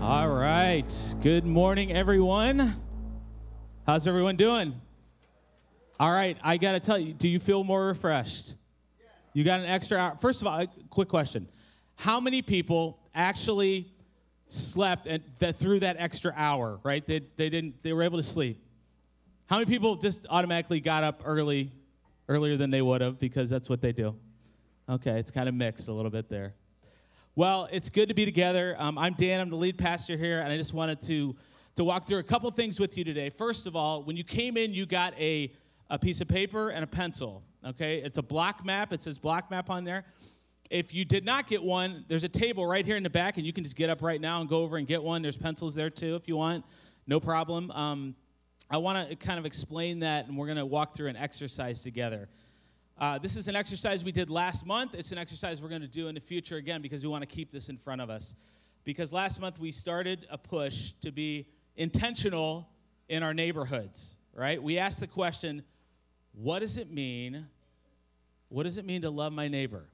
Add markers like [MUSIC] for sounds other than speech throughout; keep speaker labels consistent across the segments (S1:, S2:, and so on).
S1: All right. Good morning, everyone. How's everyone doing? All right. I got to tell you, do you feel more refreshed? You got an extra hour. First of all, a quick question. How many people actually slept and that through that extra hour, right? They, they didn't they were able to sleep. How many people just automatically got up early earlier than they would have because that's what they do? Okay, it's kind of mixed a little bit there. Well, it's good to be together. Um, I'm Dan. I'm the lead pastor here, and I just wanted to to walk through a couple things with you today. First of all, when you came in, you got a a piece of paper and a pencil. Okay, it's a block map. It says block map on there. If you did not get one, there's a table right here in the back, and you can just get up right now and go over and get one. There's pencils there too if you want, no problem. Um, I want to kind of explain that, and we're going to walk through an exercise together. Uh, this is an exercise we did last month. It's an exercise we're going to do in the future again because we want to keep this in front of us. Because last month we started a push to be intentional in our neighborhoods, right? We asked the question, what does it mean? What does it mean to love my neighbor?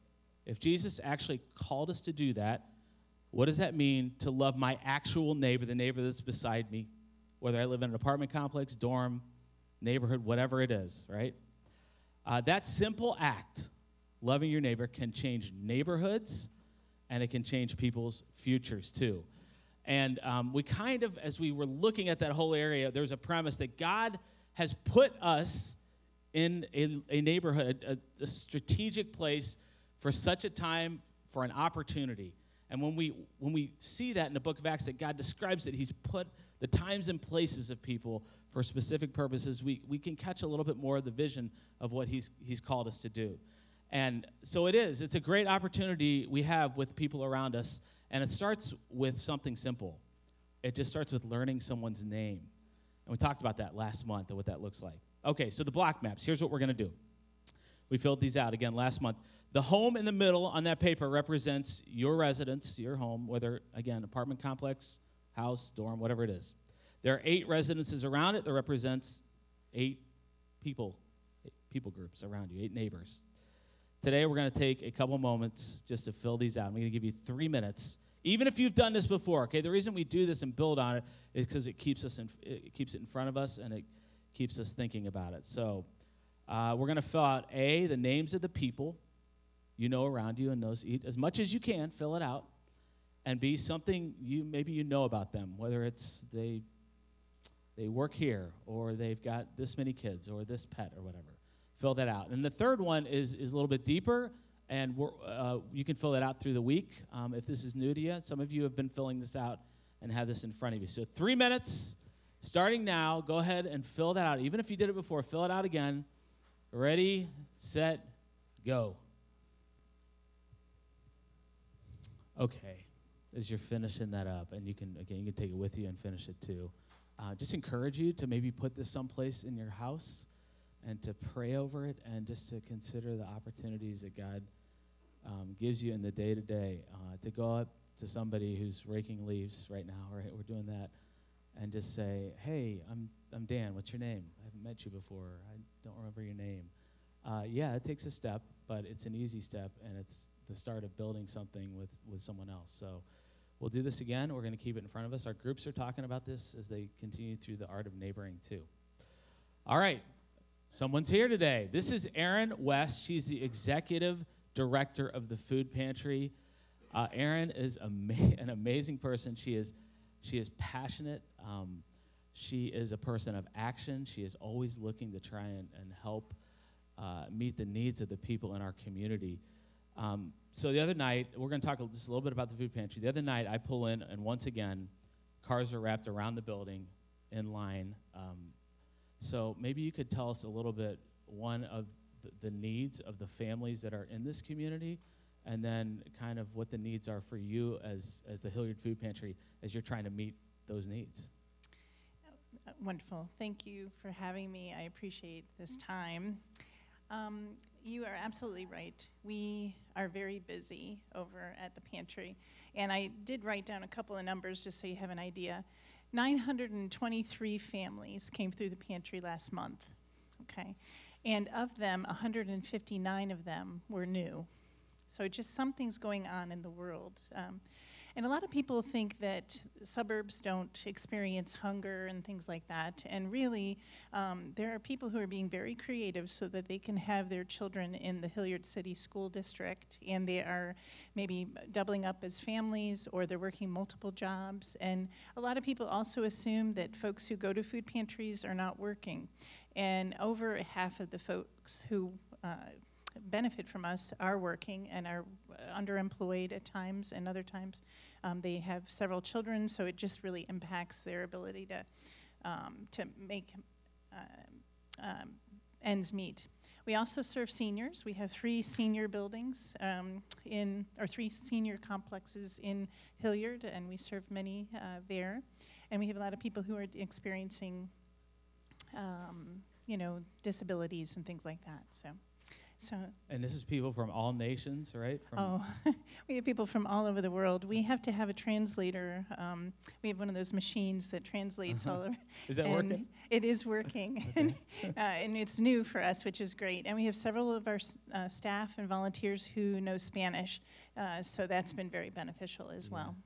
S1: If Jesus actually called us to do that, what does that mean to love my actual neighbor, the neighbor that's beside me, whether I live in an apartment complex, dorm, neighborhood, whatever it is, right? Uh, that simple act, loving your neighbor, can change neighborhoods and it can change people's futures too. And um, we kind of, as we were looking at that whole area, there's a premise that God has put us in a, a neighborhood, a, a strategic place for such a time for an opportunity. And when we when we see that in the book of Acts that God describes that He's put the times and places of people for specific purposes, we, we can catch a little bit more of the vision of what he's he's called us to do. And so it is, it's a great opportunity we have with people around us. And it starts with something simple. It just starts with learning someone's name. And we talked about that last month and what that looks like. Okay, so the block maps, here's what we're gonna do. We filled these out again last month. The home in the middle on that paper represents your residence, your home, whether, again, apartment complex, house, dorm, whatever it is. There are eight residences around it that represents eight people, eight people groups around you, eight neighbors. Today, we're going to take a couple moments just to fill these out. I'm going to give you three minutes, even if you've done this before. Okay, the reason we do this and build on it is because it keeps us in, it keeps it in front of us and it keeps us thinking about it. So, uh, we're going to fill out a the names of the people you know around you and those eat as much as you can. Fill it out, and b something you maybe you know about them, whether it's they they work here or they've got this many kids or this pet or whatever fill that out and the third one is is a little bit deeper and we're, uh, you can fill that out through the week um, if this is new to you some of you have been filling this out and have this in front of you so three minutes starting now go ahead and fill that out even if you did it before fill it out again ready set go okay as you're finishing that up and you can again you can take it with you and finish it too uh, just encourage you to maybe put this someplace in your house and to pray over it and just to consider the opportunities that god um, gives you in the day to day to go up to somebody who's raking leaves right now right we're doing that and just say hey i'm i'm dan what's your name i haven't met you before i don't remember your name uh, yeah, it takes a step, but it's an easy step, and it's the start of building something with, with someone else. So we'll do this again. We're going to keep it in front of us. Our groups are talking about this as they continue through the art of neighboring, too. All right, someone's here today. This is Erin West. She's the executive director of the food pantry. Uh, Erin is ama- [LAUGHS] an amazing person. She is, she is passionate. Um, she is a person of action. She is always looking to try and, and help uh, meet the needs of the people in our community. Um, so the other night, we're going to talk just a little bit about the food pantry. The other night, I pull in, and once again, cars are wrapped around the building in line. Um, so maybe you could tell us a little bit one of the, the needs of the families that are in this community, and then kind of what the needs are for you as as the Hilliard Food Pantry as you're trying to meet those needs.
S2: Uh, Wonderful. Thank you for having me. I appreciate this time. Um, you are absolutely right. We are very busy over at the pantry. And I did write down a couple of numbers just so you have an idea. 923 families came through the pantry last month. Okay. And of them, 159 of them were new. So just something's going on in the world. Um, And a lot of people think that suburbs don't experience hunger and things like that. And really, um, there are people who are being very creative so that they can have their children in the Hilliard City School District, and they are maybe doubling up as families or they're working multiple jobs. And a lot of people also assume that folks who go to food pantries are not working. And over half of the folks who uh, benefit from us are working and are uh, underemployed at times and other times um, they have several children so it just really impacts their ability to um, to make uh, um, ends meet we also serve seniors we have three senior buildings um, in or three senior complexes in hilliard and we serve many uh, there and we have a lot of people who are experiencing um, you know disabilities and things like that so so
S1: And this is people from all nations, right? From,
S2: Oh, [LAUGHS] we have people from all over the world. We have to have a translator. Um, we have one of those machines that translates all over.
S1: Uh-huh. Is that
S2: and
S1: working?
S2: It
S1: [LAUGHS]
S2: is working, and, [LAUGHS] uh, and it's new for us, which is great. And we have several of our s- uh, staff and volunteers who know Spanish, uh, so that's been very beneficial as
S1: Yeah.
S2: well.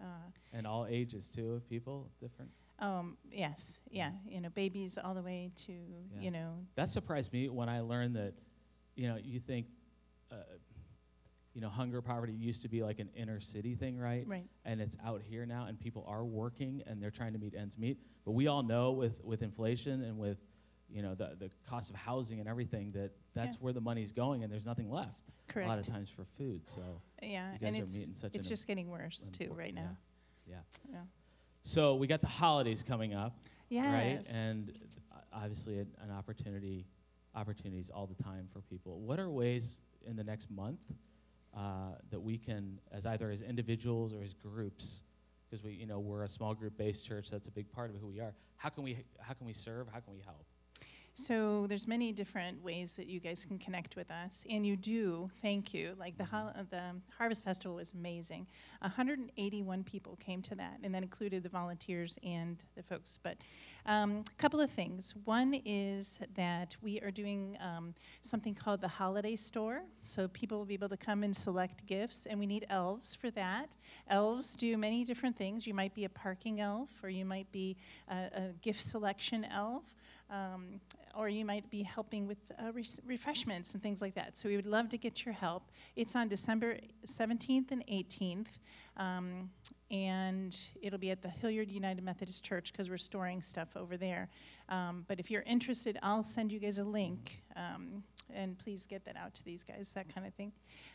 S2: Uh,
S1: And all ages, too, of people, different.
S2: um, yes, yeah, you know, babies all the way to
S1: Yeah.
S2: you know
S1: That surprised me when I learned that, you know, you think, uh, you know, hunger, poverty used to be like an inner city thing, right?
S2: right.
S1: and it's out here now and people are working and they're trying to meet ends meet but we all know with with inflation and with you know the, the cost of housing and everything that that's
S2: Yes.
S1: where the money's going and there's nothing left
S2: Correct.
S1: a lot of times for food so
S2: yeah,
S1: you guys
S2: and
S1: are
S2: it's
S1: meeting such
S2: it's
S1: an
S2: just getting worse too
S1: impor-
S2: right
S1: yeah,
S2: now.
S1: yeah.
S2: Yeah.
S1: so we got the holidays coming up
S2: Yes.
S1: right and uh, obviously an, an opportunity opportunities all the time for people what are ways in the next month uh, that we can as either as individuals or as groups because we you know we're a small group based church that's a big part of who we are how can we how can we serve how can we help
S2: So there's many different ways that you guys can connect with us, and you do. Thank you. Like the hol- uh, the Harvest Festival was amazing. 181 people came to that, and that included the volunteers and the folks. But um, a couple of things. One is that we are doing um, something called the Holiday Store, so people will be able to come and select gifts, and we need elves for that. Elves do many different things. You might be a parking elf, or you might be a, a gift selection elf. Um, or you might be helping with uh, re- refreshments and things like that. So we would love to get your help. It's on December 17th and 18th, um, and it'll be at the Hilliard United Methodist Church because we're storing stuff over there. Um, but if you're interested, I'll send you guys a link. Um, and please get that out to these guys, that kind of thing.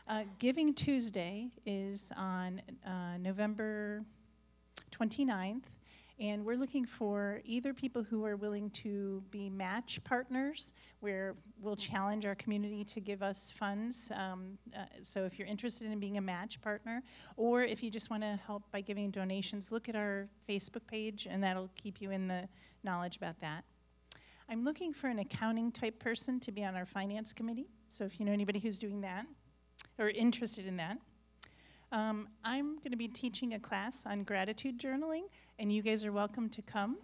S2: Uh, Giving Tuesday is on uh, November 29th. And we're looking for either people who are willing to be match partners, where we'll challenge our community to give us funds. Um, uh, so if you're interested in being a match partner, or if you just want to help by giving donations, look at our Facebook page, and that'll keep you in the knowledge about that. I'm looking for an accounting type person to be on our finance committee. So if you know anybody who's doing that or interested in that, um, I'm going to be teaching a class on gratitude journaling, and you guys are welcome to come.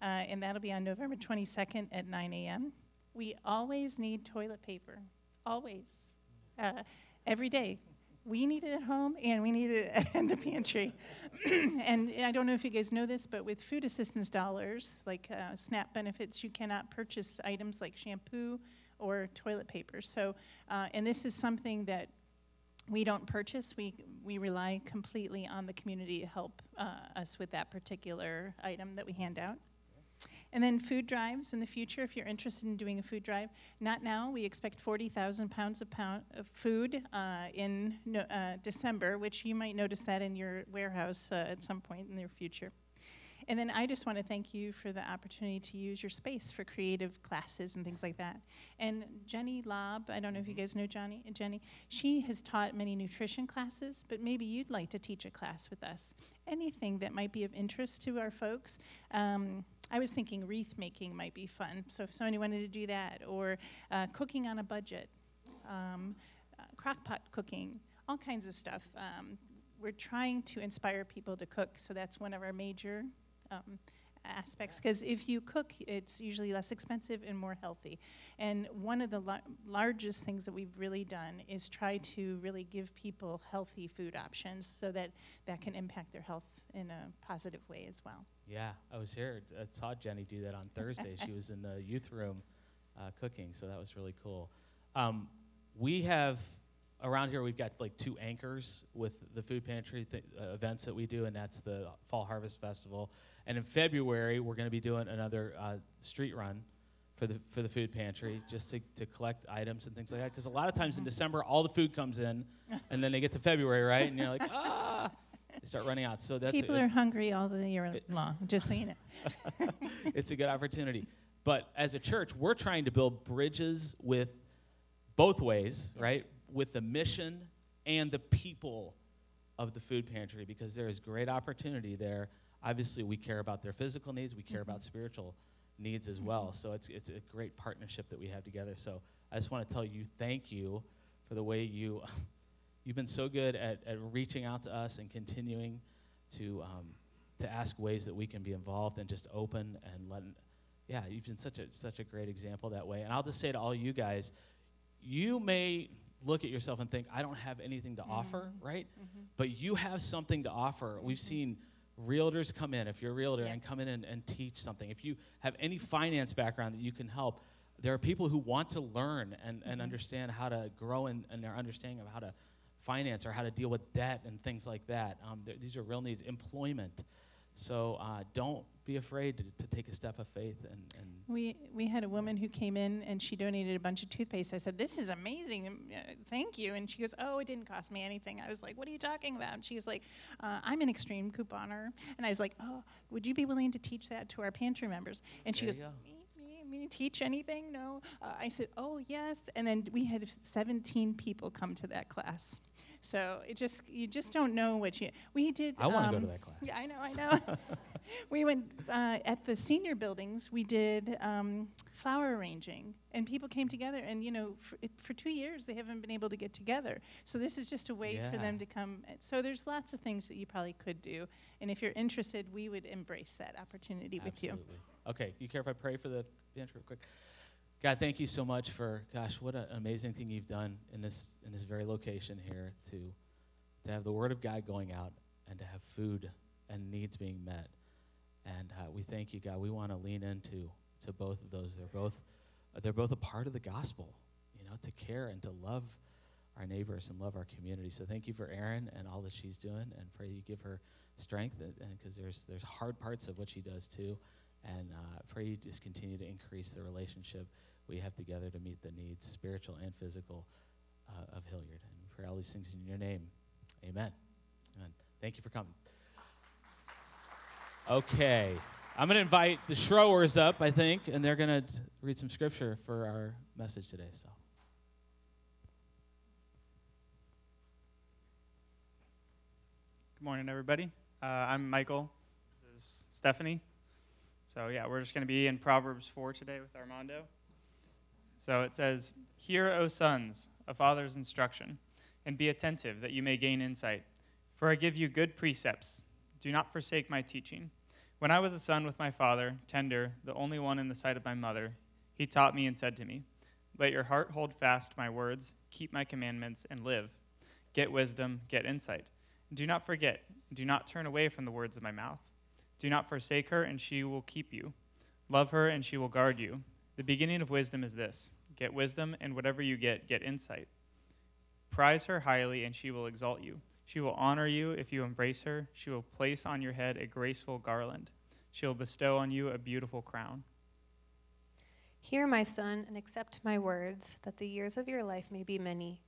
S2: Uh, and that'll be on November 22nd at 9 a.m. We always need toilet paper, always, uh, every day. We need it at home and we need it [LAUGHS] in the pantry. [CLEARS THROAT] and I don't know if you guys know this, but with food assistance dollars, like uh, SNAP benefits, you cannot purchase items like shampoo or toilet paper. So, uh, and this is something that we don't purchase. We we rely completely on the community to help uh, us with that particular item that we hand out. And then food drives in the future. If you're interested in doing a food drive, not now. We expect 40,000 pounds of pound of food uh, in no, uh, December, which you might notice that in your warehouse uh, at some point in the future. And then I just want to thank you for the opportunity to use your space for creative classes and things like that. And Jenny Lobb, I don't know if you guys know Johnny, Jenny, she has taught many nutrition classes, but maybe you'd like to teach a class with us. Anything that might be of interest to our folks. Um, I was thinking wreath making might be fun. So if somebody wanted to do that, or uh, cooking on a budget, um, uh, crock pot cooking, all kinds of stuff. Um, we're trying to inspire people to cook, so that's one of our major um, aspects because if you cook, it's usually less expensive and more healthy. And one of the lar- largest things that we've really done is try to really give people healthy food options so that that can impact their health in a positive way as well.
S1: Yeah, I was here. I saw Jenny do that on Thursday. she was in the youth room uh, cooking, so that was really cool. Um, we have around here. We've got like two anchors with the food pantry th- uh, events that we do, and that's the Fall Harvest Festival. And in February, we're going to be doing another uh, street run for the for the food pantry, just to, to collect items and things like that. Because a lot of times in December, all the food comes in, and then they get to February, right? And you're like, [LAUGHS] ah, they start running out. So that's
S2: people
S1: it's-
S2: are hungry all the year long, just so you know.
S1: [LAUGHS] it's a good opportunity. But as a church, we're trying to build bridges with both ways, right? With the mission and the people of the food pantry because there is great opportunity there. Obviously, we care about their physical needs, we care about spiritual needs as well. So it's, it's a great partnership that we have together. So I just want to tell you thank you for the way you, [LAUGHS] you've been so good at, at reaching out to us and continuing to, um, to ask ways that we can be involved and just open and let, yeah, you've been such a, such a great example that way. And I'll just say to all you guys, you may look at yourself and think, I don't have anything to offer, right? But you have something to offer. We've seen realtors come in, if you're a realtor,
S2: Yeah.
S1: and come in and, and teach something. If you have any finance background that you can help, there are people who want to learn and,
S2: Mm-hmm.
S1: and understand how to grow in, in their understanding of how to finance or how to deal with debt and things like that. Um, th- these are real needs. Employment. So uh, don't be afraid to, to take a step of faith and, and
S2: [LAUGHS] We, we had a woman who came in and she donated a bunch of toothpaste. I said, This is amazing. um, uh, Thank you. And she goes, Oh, it didn't cost me anything. I was like, What are you talking about? And she was like, uh, I'm an extreme couponer. And I was like, Oh, would you be willing to teach that to our pantry members? And she
S1: There
S2: goes,
S1: you go.
S2: Me, me, me, teach anything? No. Uh, I said, Oh, yes. And then we had 17 people come to that class. So it just you just don't know what you we did.
S1: I wanna go
S2: um,
S1: to that class.
S2: Yeah, I know, I know. [LAUGHS] we went uh, at the senior buildings. We did um, flower arranging, and people came together. And you know, for, it- for two years they haven't been able to get together. So this is just a way
S1: Yeah.
S2: for them to come. And So there's lots of things that you probably could do, and if you're interested, we would embrace that opportunity with you.
S1: Absolutely. Okay, you care if I pray for the bench real quick? God, thank you so much for gosh, what an amazing thing you've done in this in this very location here to to have the word of God going out and to have food and needs being met. And uh, we thank you, God. We want to lean into to both of those. They're both they're both a part of the gospel, you know, to care and to love our neighbors and love our community. So thank you for Erin and all that she's doing, and pray you give her strength, and because there's there's hard parts of what she does too, and uh, pray you just continue to increase the relationship we have together to meet the needs, spiritual and physical, uh, of Hilliard. And we pray all these things in your name, Amen. Amen. Thank you for coming. Okay, I'm gonna invite the Schroers up, I think, and they're gonna t- read some scripture for our message today. So.
S3: Good morning, everybody. Uh, I'm Michael. This is Stephanie. So, yeah, we're just going to be in Proverbs 4 today with Armando. So it says, Hear, O sons, a father's instruction, and be attentive that you may gain insight. For I give you good precepts. Do not forsake my teaching. When I was a son with my father, tender, the only one in the sight of my mother, he taught me and said to me, Let your heart hold fast my words, keep my commandments, and live. Get wisdom, get insight. Do not forget, do not turn away from the words of my mouth. Do not forsake her, and she will keep you. Love her, and she will guard you. The beginning of wisdom is this get wisdom, and whatever you get, get insight. Prize her highly, and she will exalt you. She will honor you if you embrace her. She will place on your head a graceful garland. She will bestow on you a beautiful crown.
S4: Hear, my son, and accept my words, that the years of your life may be many.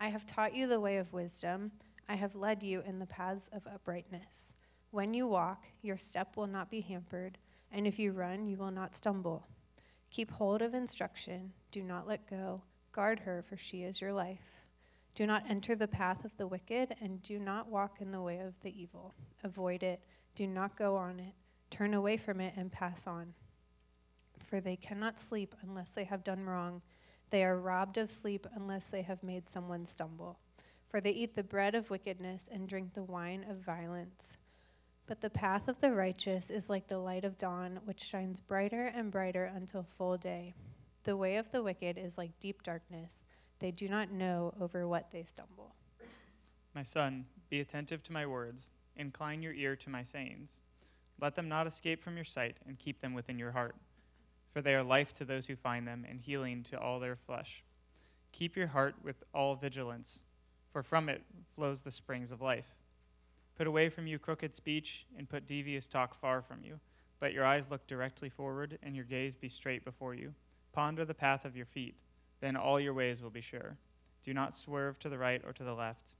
S4: I have taught you the way of wisdom. I have led you in the paths of uprightness. When you walk, your step will not be hampered, and if you run, you will not stumble. Keep hold of instruction. Do not let go. Guard her, for she is your life. Do not enter the path of the wicked, and do not walk in the way of the evil. Avoid it. Do not go on it. Turn away from it and pass on for they cannot sleep unless they have done wrong. They are robbed of sleep unless they have made someone stumble. For they eat the bread of wickedness and drink the wine of violence. But the path of the righteous is like the light of dawn, which shines brighter and brighter until full day. The way of the wicked is like deep darkness. They do not know over what they stumble.
S3: My son, be attentive to my words, incline your ear to my sayings. Let them not escape from your sight, and keep them within your heart. For they are life to those who find them, and healing to all their flesh. Keep your heart with all vigilance, for from it flows the springs of life. Put away from you crooked speech, and put devious talk far from you. Let your eyes look directly forward, and your gaze be straight before you. Ponder the path of your feet, then all your ways will be sure. Do not swerve to the right or to the left.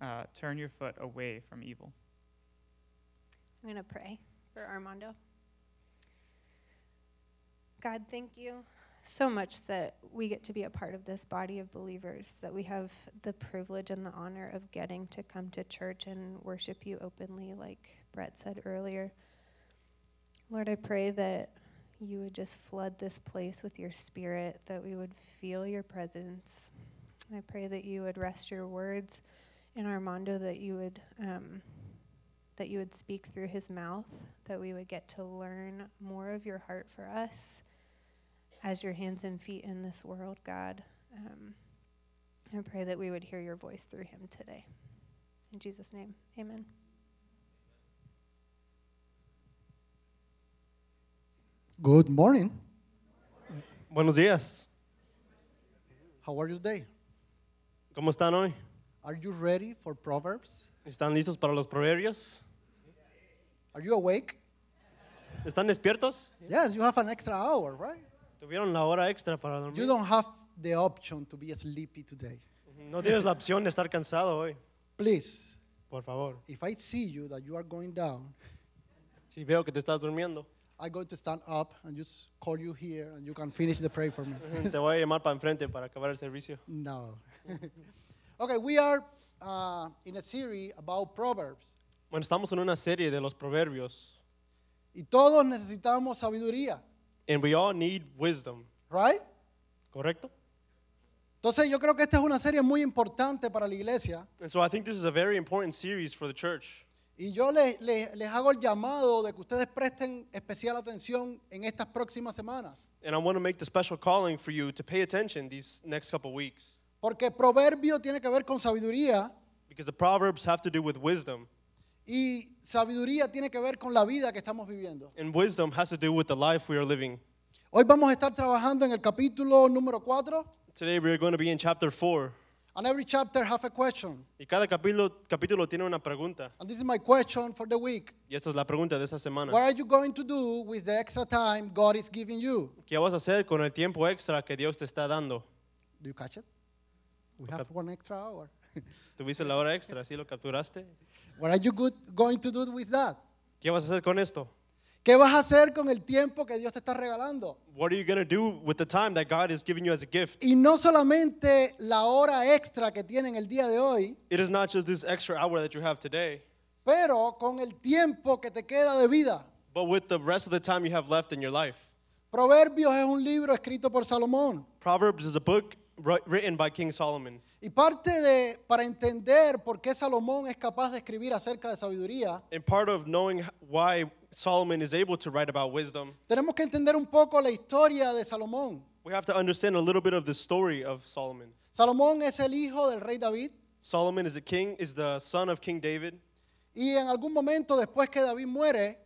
S3: Uh, turn your foot away from evil.
S4: I'm going to pray for Armando. God, thank you so much that we get to be a part of this body of believers, that we have the privilege and the honor of getting to come to church and worship you openly, like Brett said earlier. Lord, I pray that you would just flood this place with your spirit, that we would feel your presence. I pray that you would rest your words in Armando, that you would. Um, that you would speak through his mouth, that we would get to learn more of your heart for us as your hands and feet in this world, God. Um, I pray that we would hear your voice through him today. In Jesus' name, amen.
S5: Good morning.
S6: Buenos días.
S5: How are you today?
S6: ¿Cómo están hoy?
S5: Are you ready for Proverbs?
S6: ¿Están listos para los proverbios?
S5: Are you awake?
S6: ¿Están despiertos?
S5: Yes, you have an extra hour, right?
S6: ¿Tuvieron la hora extra para
S5: You
S6: dormir?
S5: don't have the option to be sleepy today.
S6: No tienes la opción de estar cansado hoy.
S5: Please,
S6: Por favor.
S5: if I see you that you are going down,
S6: Si veo que te estás durmiendo,
S5: I'm going to stand up and just call you here and you can finish the prayer [LAUGHS] for me.
S6: te voy a llamar para enfrente para acabar el servicio.
S5: no. [LAUGHS] okay, we are uh, in a series about Proverbs.
S6: Bueno, estamos en una serie de los proverbios.
S5: Y todos necesitamos sabiduría,
S6: And we all need wisdom,
S5: right?
S6: ¿correcto?
S5: Entonces yo creo que esta es una serie muy importante para la iglesia.
S6: And so I think this is a very important series for the church.
S5: Y yo le- le- les hago el llamado de que ustedes presten especial atención en estas próximas semanas.
S6: And I want to make the special calling for you to pay attention these next couple weeks.
S5: Porque proverbio tiene que ver con sabiduría
S6: Because the proverbs have to do with wisdom.
S5: y sabiduría tiene que ver con la vida que estamos viviendo.
S6: And wisdom has to do with the life we are living.
S5: Hoy vamos a estar trabajando en el capítulo número 4.
S6: Today we are going to be in chapter 4.
S5: And every chapter have a question.
S6: Y cada capítulo, capítulo tiene una pregunta.
S5: And this is my question for the week.
S6: Y esta es la pregunta de esta semana.
S5: What are you going to do with the extra time God is giving you?
S6: ¿Qué vas a hacer con el tiempo extra que Dios te está dando?
S5: Do you catch it? We have one extra hour.
S6: Tuviste la hora extra, ¿sí lo capturaste?
S5: What are you good, going to do with that?
S6: ¿Qué vas a hacer con esto?
S5: ¿Qué vas a hacer con el tiempo que Dios te está regalando?
S6: What are you going to do with the time that God is giving you as a gift?
S5: Y no solamente la hora extra que tienen el día de hoy,
S6: It is not just this extra hour that you have today,
S5: pero con el tiempo que te queda de vida.
S6: but with the rest of the time you have left in your life.
S5: Proverbios es un libro escrito por Salomón.
S6: Proverbs is a book wri- written by King Solomon.
S5: Y parte de, para entender por qué Salomón es capaz de escribir acerca de sabiduría,
S6: And part of knowing why Solomon is able to write about wisdom,
S5: tenemos que entender un poco la historia de Salomón.
S6: we have to understand a little bit of the story of Solomon.
S5: Salomón es el hijo del rey David
S6: Solomon is a king, is the son of King David.
S5: y en algún momento después que David muere,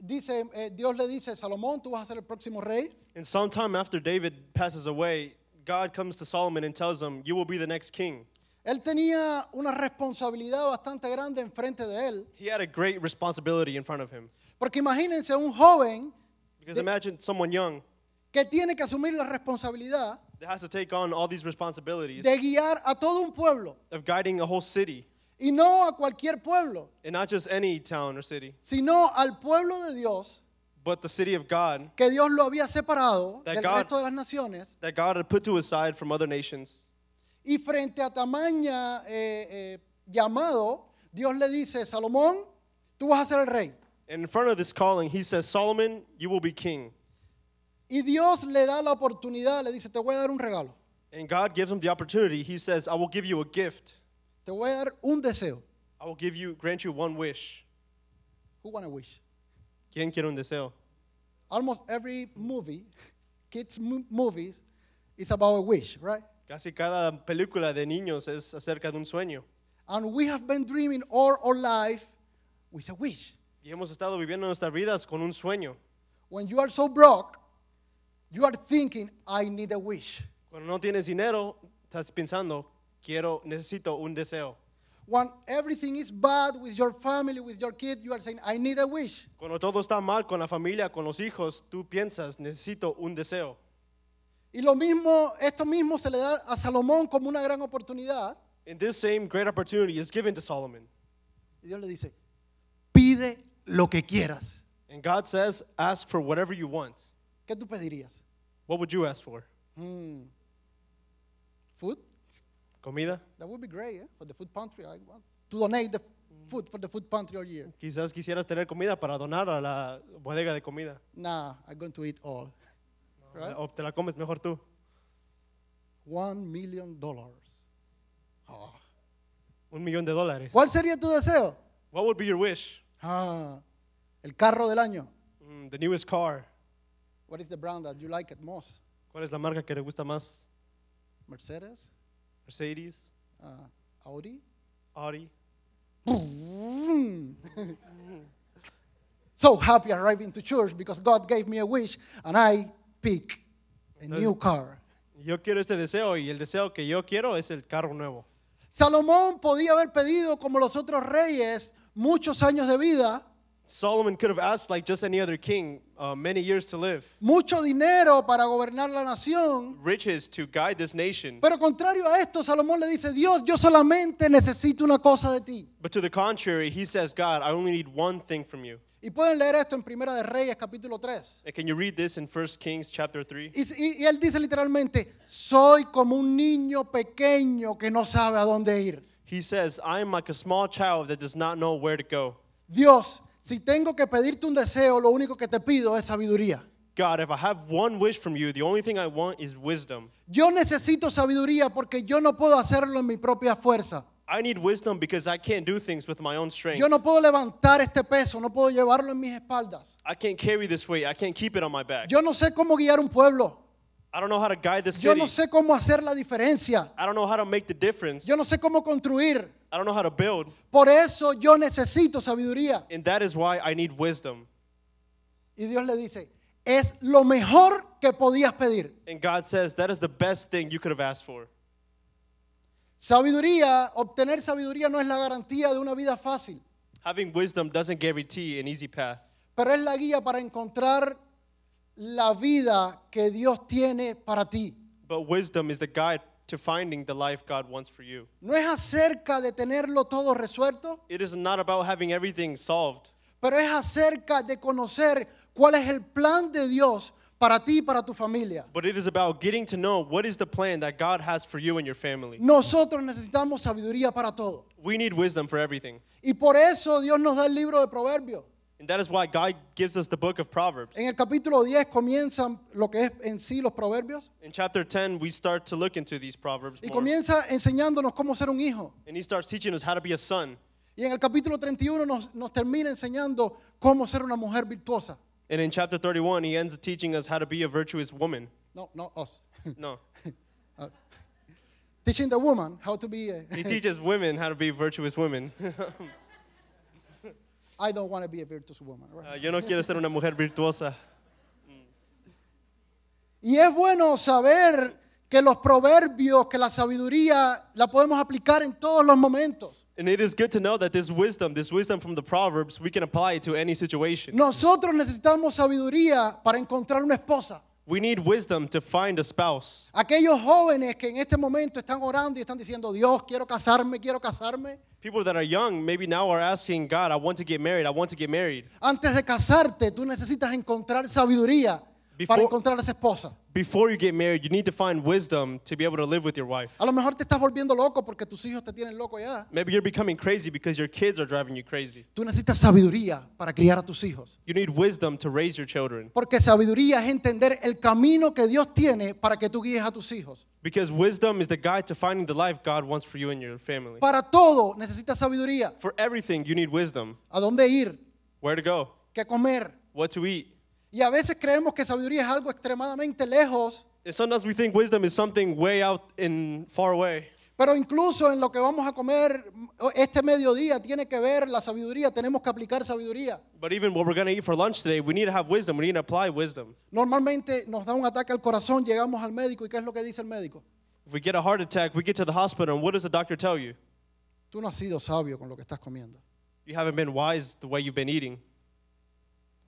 S5: dice, eh, Dios le dice, Salomón, tú vas a ser el próximo rey.
S6: And sometime after David passes away, God comes to Solomon and tells him, You will be the next king.
S5: Él tenía una responsabilidad bastante grande enfrente de él,
S6: He had a great responsibility in front of him.
S5: porque imagínense un joven
S6: Because imagine someone young
S5: que tiene que asumir la responsabilidad
S6: that has to take on all these responsibilities
S5: de guiar a todo un pueblo,
S6: of guiding a whole city,
S5: y no a cualquier pueblo,
S6: and not just any town or city,
S5: sino al pueblo de Dios,
S6: but the city of God
S5: que Dios lo había separado
S6: That
S5: del
S6: God-
S5: resto de las naciones,
S6: that God had put to his side from other nations.
S5: y frente a tamaña eh, eh, llamado, Dios le dice, Salomón, tú vas a ser el rey.
S6: And in front of this calling, he says, Solomon, you will be king.
S5: Y Dios le da la oportunidad, le dice, te voy a dar un regalo,
S6: And God gives him the opportunity. He says, I will give you a gift.
S5: te voy a dar un deseo.
S6: I will give you, grant you one wish.
S5: Who want to wish?
S6: ¿Quién quiere un deseo?
S5: Almost every movie, kids' mo- movies, is about a wish, right?
S6: Casi cada película de niños es acerca de un sueño.
S5: And we have been dreaming all our life with a wish.
S6: Y hemos estado viviendo nuestras vidas con un sueño.
S5: When you are so broke, you are thinking, I need a wish.
S6: Cuando no tienes dinero, estás pensando, quiero, necesito un deseo.
S5: When everything is bad with your family, with your kid, you are saying, I need a wish.
S6: Cuando todo está mal con la familia, con los hijos, tú piensas, necesito un deseo.
S5: Y lo mismo, esto mismo se le da a Salomón como una gran oportunidad.
S6: And this same great opportunity is given to Solomon.
S5: Y Dios le dice, pide lo que quieras.
S6: And God says, ask for whatever you want.
S5: ¿Qué tú pedirías? Hmm.
S6: What would you ask for?
S5: Food?
S6: Comida?
S5: That would be great, eh? For the food pantry, I want to donate the food for the food pantry all year.
S6: Quizás quisieras tener comida para donar a la bodega de comida.
S5: Nah, I'm going to eat all. Right?
S6: O te la comes mejor tú.
S5: One million dollars.
S6: Un millón de dólares.
S5: ¿Cuál sería tu deseo?
S6: What would be your wish?
S5: Ah, el carro del año.
S6: Mm, the newest car.
S5: What is the brand that you like it most?
S6: ¿Cuál es la marca que te gusta más?
S5: Mercedes,
S6: Mercedes,
S5: Ah, Audi.
S6: Audi.
S5: So happy arriving to church because God gave me a wish and I pick a new car.
S6: Yo quiero este deseo y el deseo que yo quiero es el carro nuevo.
S5: Salomón podía haber pedido como los otros reyes muchos años de vida,
S6: Solomon could have asked, like just any other king, uh, many years to live,
S5: mucho dinero para gobernar la nación,
S6: riches to guide this nation.
S5: pero contrario a esto Salomón le dice, Dios, yo solamente necesito una cosa de ti.
S6: But to the contrary, he says, God, I only need one thing from you.
S5: Y pueden leer esto en Primera de Reyes capítulo 3.
S6: And can you read this in 1 Kings chapter 3?
S5: Y, y- y él dice literalmente, soy como un niño pequeño que no sabe a dónde ir.
S6: He says, I am like a small child that does not know where to go.
S5: Dios, si tengo que pedirte un deseo, lo único que te pido es sabiduría.
S6: God, if I have one wish from you, the only thing I want is wisdom.
S5: Yo necesito sabiduría porque yo no puedo hacerlo en mi propia fuerza.
S6: I need wisdom because I can't do things with my own strength.
S5: Yo no puedo levantar este peso, no puedo llevarlo en mis espaldas.
S6: I can't carry this weight. I can't keep it on my back.
S5: Yo no sé cómo guiar un pueblo.
S6: I don't know how to guide the
S5: Yo
S6: city.
S5: no sé cómo hacer la diferencia.
S6: I don't know how to make the difference.
S5: Yo no sé cómo construir.
S6: I don't know how to build.
S5: Por eso yo necesito sabiduría.
S6: And that is why I need wisdom.
S5: Y Dios le dice, es lo mejor que podías pedir.
S6: And God says that is the best thing you could have asked for.
S5: Sabiduría, obtener sabiduría no es la garantía de una vida fácil,
S6: Having wisdom doesn't guarantee an easy path,
S5: pero es la guía para encontrar la vida que Dios tiene para ti.
S6: but wisdom is the guide to finding the life God wants for you.
S5: No es acerca de tenerlo todo resuelto,
S6: It is not about having everything solved,
S5: pero es acerca de conocer cuál es el plan de Dios para ti y para tu familia.
S6: but it is about getting to know what is the plan that God has for you and your family.
S5: Nosotros necesitamos sabiduría para todo.
S6: We need wisdom for everything.
S5: Y por eso Dios nos da el libro de Proverbios.
S6: And that is why God gives us the book of Proverbs.
S5: En el capítulo 10 comienzan lo que es en sí los proverbios
S6: In chapter 10, we start to look into these Proverbs
S5: y
S6: more.
S5: comienza enseñándonos cómo ser un hijo.
S6: And he starts teaching us how to be a son.
S5: Y en el capítulo 31 nos, nos termina enseñando cómo ser una mujer virtuosa.
S6: And in chapter 31, he ends teaching us how to be a virtuous woman.
S5: No, no, us.
S6: No.
S5: Teaching the woman how to be a-
S6: He teaches women how to be virtuous women.
S5: I don't want to be a virtuous woman. right?
S6: Uh, yo no quiero ser una mujer virtuosa.
S5: Y es bueno saber que los proverbios, que la sabiduría la podemos aplicar en todos los momentos.
S6: And it is good to know that this wisdom, this wisdom from the Proverbs, we can apply it to any situation.
S5: Nosotros necesitamos sabiduría para encontrar una esposa.
S6: We need wisdom to find a spouse.
S5: Aquellos jóvenes que en este momento están orando y están diciendo, Dios, quiero casarme, quiero casarme.
S6: People that are young, maybe now are asking God, I want to get married, I want to get married.
S5: Antes de casarte, tú necesitas encontrar sabiduría para
S6: Before-
S5: encontrar a esa esposa.
S6: Before you get married, you need to find wisdom to be able to live with your wife.
S5: A lo mejor te estás volviendo loco porque tus hijos te tienen loco ya.
S6: Maybe you're becoming crazy because your kids are driving you crazy.
S5: Tú necesitas sabiduría para criar a tus hijos.
S6: You need wisdom to raise your children.
S5: Porque sabiduría es entender el camino que Dios tiene para que tú guíes a tus hijos.
S6: Because wisdom is the guide to finding the life God wants for you and your family.
S5: Para todo necesitas sabiduría.
S6: For everything, you need wisdom.
S5: ¿A dónde ir?
S6: where to go,
S5: qué comer.
S6: what to eat.
S5: Y a veces creemos que sabiduría es algo extremadamente lejos,
S6: And sometimes we think wisdom is something way out in far away.
S5: pero incluso en lo que vamos a comer este mediodía tiene que ver la sabiduría, tenemos que aplicar sabiduría.
S6: But even what we're going to eat for lunch today, we need to have wisdom. We need to apply wisdom.
S5: Normalmente nos da un ataque al corazón, llegamos al médico y ¿qué es lo que dice el médico?
S6: If we get a heart attack, we get to the hospital, and what does the doctor tell you?
S5: Tú no has sido sabio con lo que estás comiendo.
S6: You haven't been wise the way you've been eating.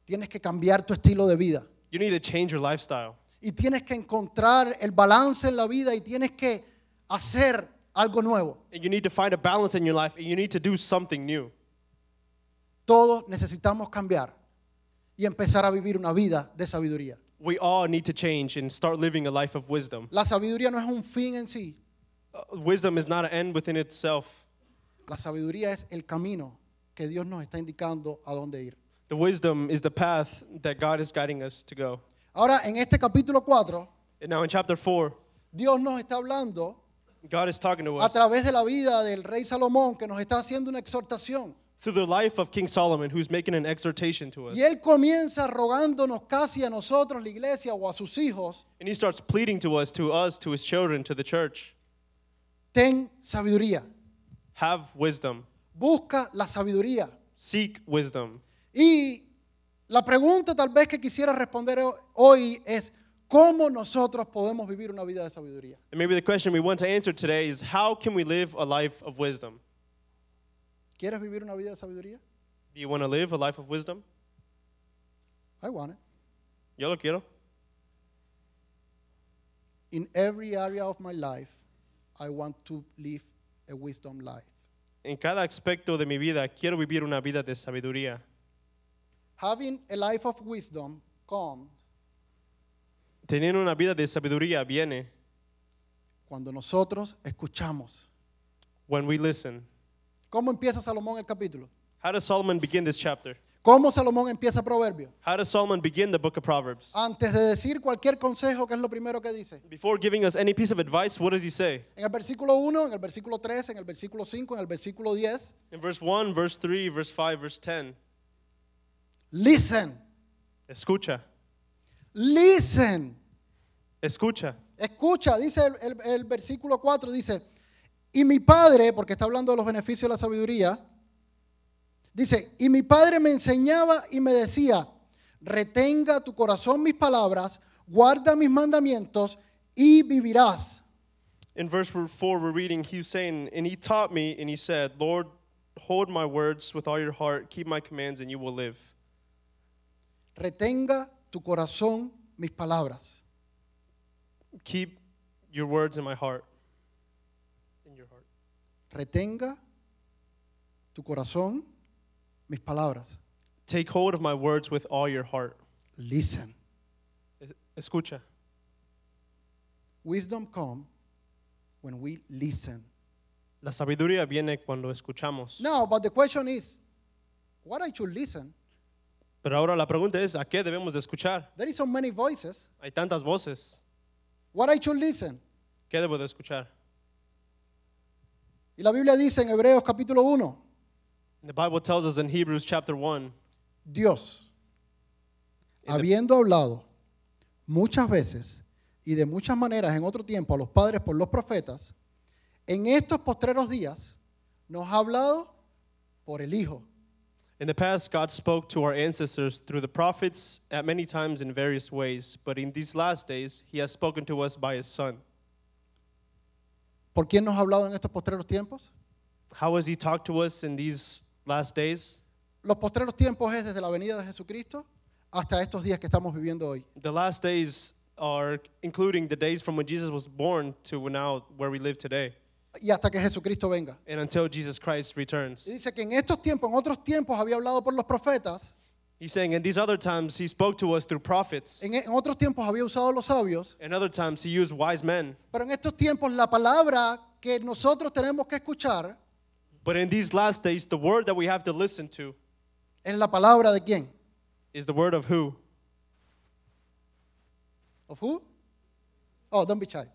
S5: Tienes que cambiar tu estilo de vida
S6: You need to change your lifestyle.
S5: y tienes que encontrar el balance en la vida y tienes que hacer algo nuevo.
S6: And you need to find a balance in your life, and you need to do something new.
S5: Todos necesitamos cambiar y empezar a vivir una vida de sabiduría.
S6: We all need to change and start living a life of wisdom.
S5: La sabiduría no es un fin en sí,
S6: Uh, Wisdom is not an end within itself.
S5: la sabiduría es el camino que Dios nos está indicando a dónde ir.
S6: The wisdom is the path that God is guiding us to go.
S5: Ahora, en este capítulo 4,
S6: And now in chapter 4,
S5: Dios nos está hablando
S6: God is talking to
S5: a
S6: us
S5: través de la vida del rey Salomón que nos está haciendo una exhortación.
S6: through the life of King Solomon, who's making an exhortation to us.
S5: Y él comienza rogándonos casi a nosotros, la iglesia, o a sus hijos,
S6: And he starts pleading to us, to us, to his children, to the church
S5: ten sabiduría,
S6: have wisdom,
S5: busca la sabiduría.
S6: seek wisdom.
S5: Y la pregunta tal vez que quisiera responder ho- hoy es, ¿cómo nosotros podemos vivir una vida de sabiduría?
S6: And maybe the question we want to answer today is how can we live a life of wisdom?
S5: ¿Quieres vivir una vida de sabiduría?
S6: Do you want to live a life of wisdom?
S5: I want it.
S6: Yo lo quiero.
S5: In every area of my life, I want to live a wisdom life.
S6: En cada aspecto de mi vida quiero vivir una vida de sabiduría.
S5: Having a life of wisdom comes
S6: Teniendo una vida de sabiduría viene
S5: cuando nosotros escuchamos.
S6: when we listen.
S5: ¿Cómo empieza Salomón el capítulo?
S6: How does Solomon begin this chapter?
S5: ¿Cómo Salomón empieza Proverbio?
S6: How does Solomon begin the book of Proverbs?
S5: Antes de decir cualquier consejo, ¿qué es lo primero que dice?
S6: Before giving us any piece of advice, what does he say?
S5: En el versículo 1, en el versículo 3, en el versículo 5, en el versículo 10,
S6: In verse 1, verse 3, verse 5, verse 10,
S5: listen,
S6: escucha,
S5: listen,
S6: escucha.
S5: escucha, dice el, el- el versículo 4, dice, y mi padre, porque está hablando de los beneficios de la sabiduría, dice, y mi padre me enseñaba y me decía, retenga tu corazón mis palabras, guarda mis mandamientos y vivirás.
S6: In verse 4, we're reading, he was saying, And he taught me, and he said, Lord, hold my words with all your heart, keep my commands, and you will live.
S5: Retenga tu corazón mis palabras.
S6: Keep your words in my heart. In your heart.
S5: Retenga tu corazón mis palabras.
S6: Take hold of my words with all your heart.
S5: Listen.
S6: Es- Escucha.
S5: Wisdom comes when we listen.
S6: La sabiduría viene cuando escuchamos.
S5: Now, but the question is, what I should listen?
S6: Pero ahora la pregunta es, ¿a qué debemos de escuchar?
S5: There is so many voices.
S6: Hay tantas voces.
S5: What I should listen?
S6: ¿Qué debo de escuchar?
S5: Y la Biblia dice en Hebreos capítulo 1,
S6: The Bible tells us in Hebrews chapter 1,
S5: Dios,
S6: In the-
S5: habiendo hablado muchas veces y de muchas maneras en otro tiempo a los padres por los profetas, en estos postreros días nos ha hablado por el Hijo.
S6: In the past, God spoke to our ancestors through the prophets at many times in various ways, but in these last days, He has spoken to us by His Son.
S5: ¿Por quién nos ha hablado en estos postreros tiempos?
S6: How has He talked to us in these last days?
S5: Los postreros tiempos es desde la venida de Jesucristo hasta estos días que estamos viviendo hoy.
S6: The last days are including the days from when Jesus was born to now where we live today,
S5: y hasta que Jesucristo venga.
S6: and until Jesus Christ returns.
S5: Y dice que en estos tiempos, en otros tiempos había hablado por los profetas,
S6: He's saying, in these other times, He spoke to us through prophets,
S5: en, en otros tiempos había usado los sabios,
S6: and other times, He used wise men.
S5: pero en estos tiempos la palabra que nosotros tenemos que escuchar
S6: But in these last days, the word that we have to listen to
S5: es la palabra de quién?
S6: is the word of who?
S5: Of who? Oh, don't be shy.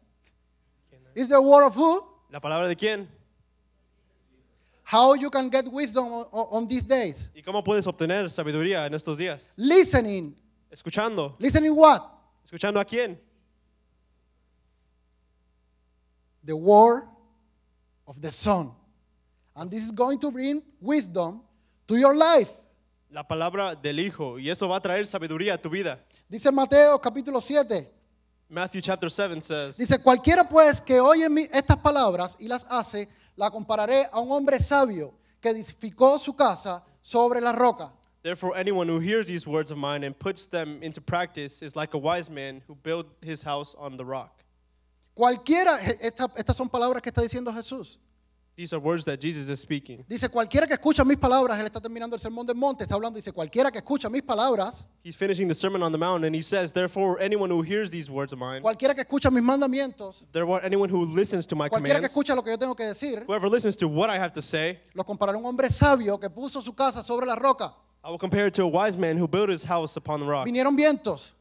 S5: Is the word of who?
S6: La palabra de quién?
S5: how you can get wisdom on, on these days.
S6: ¿Y cómo puedes obtener sabiduría en estos días?
S5: Listening.
S6: Escuchando.
S5: Listening what?
S6: ¿Escuchando a quién?
S5: The word of the Son. And this is going to bring wisdom to your life.
S6: La palabra del Hijo. Y eso va a traer sabiduría a tu vida.
S5: Dice Mateo capítulo 7.
S6: Matthew chapter 7 says,
S5: Dice, cualquiera pues que oye mi- estas palabras y las hace, la compararé a un hombre sabio que edificó su casa sobre la roca.
S6: Therefore, anyone who hears these words of mine and puts them into practice is like a wise man who built his house on the rock.
S5: Cualquiera, e- esta- estas son palabras que está diciendo Jesús.
S6: These are words that Jesus is speaking.
S5: Dice, cualquiera que escucha mis palabras, él está terminando el sermón del monte, está hablando, dice, cualquiera que escucha mis palabras,
S6: He's finishing the Sermon on the Mount and he says, Therefore, anyone who hears these words of mine,
S5: cualquiera que escucha mis mandamientos,
S6: therefore, anyone who listens to my
S5: cualquiera que
S6: commands,
S5: escucha lo que yo tengo que decir,
S6: whoever listens to what I have to say,
S5: lo compararé a un hombre sabio que puso su casa sobre la roca.
S6: I will compare it to a wise man who built his house upon the rock.
S5: Vinieron vientos,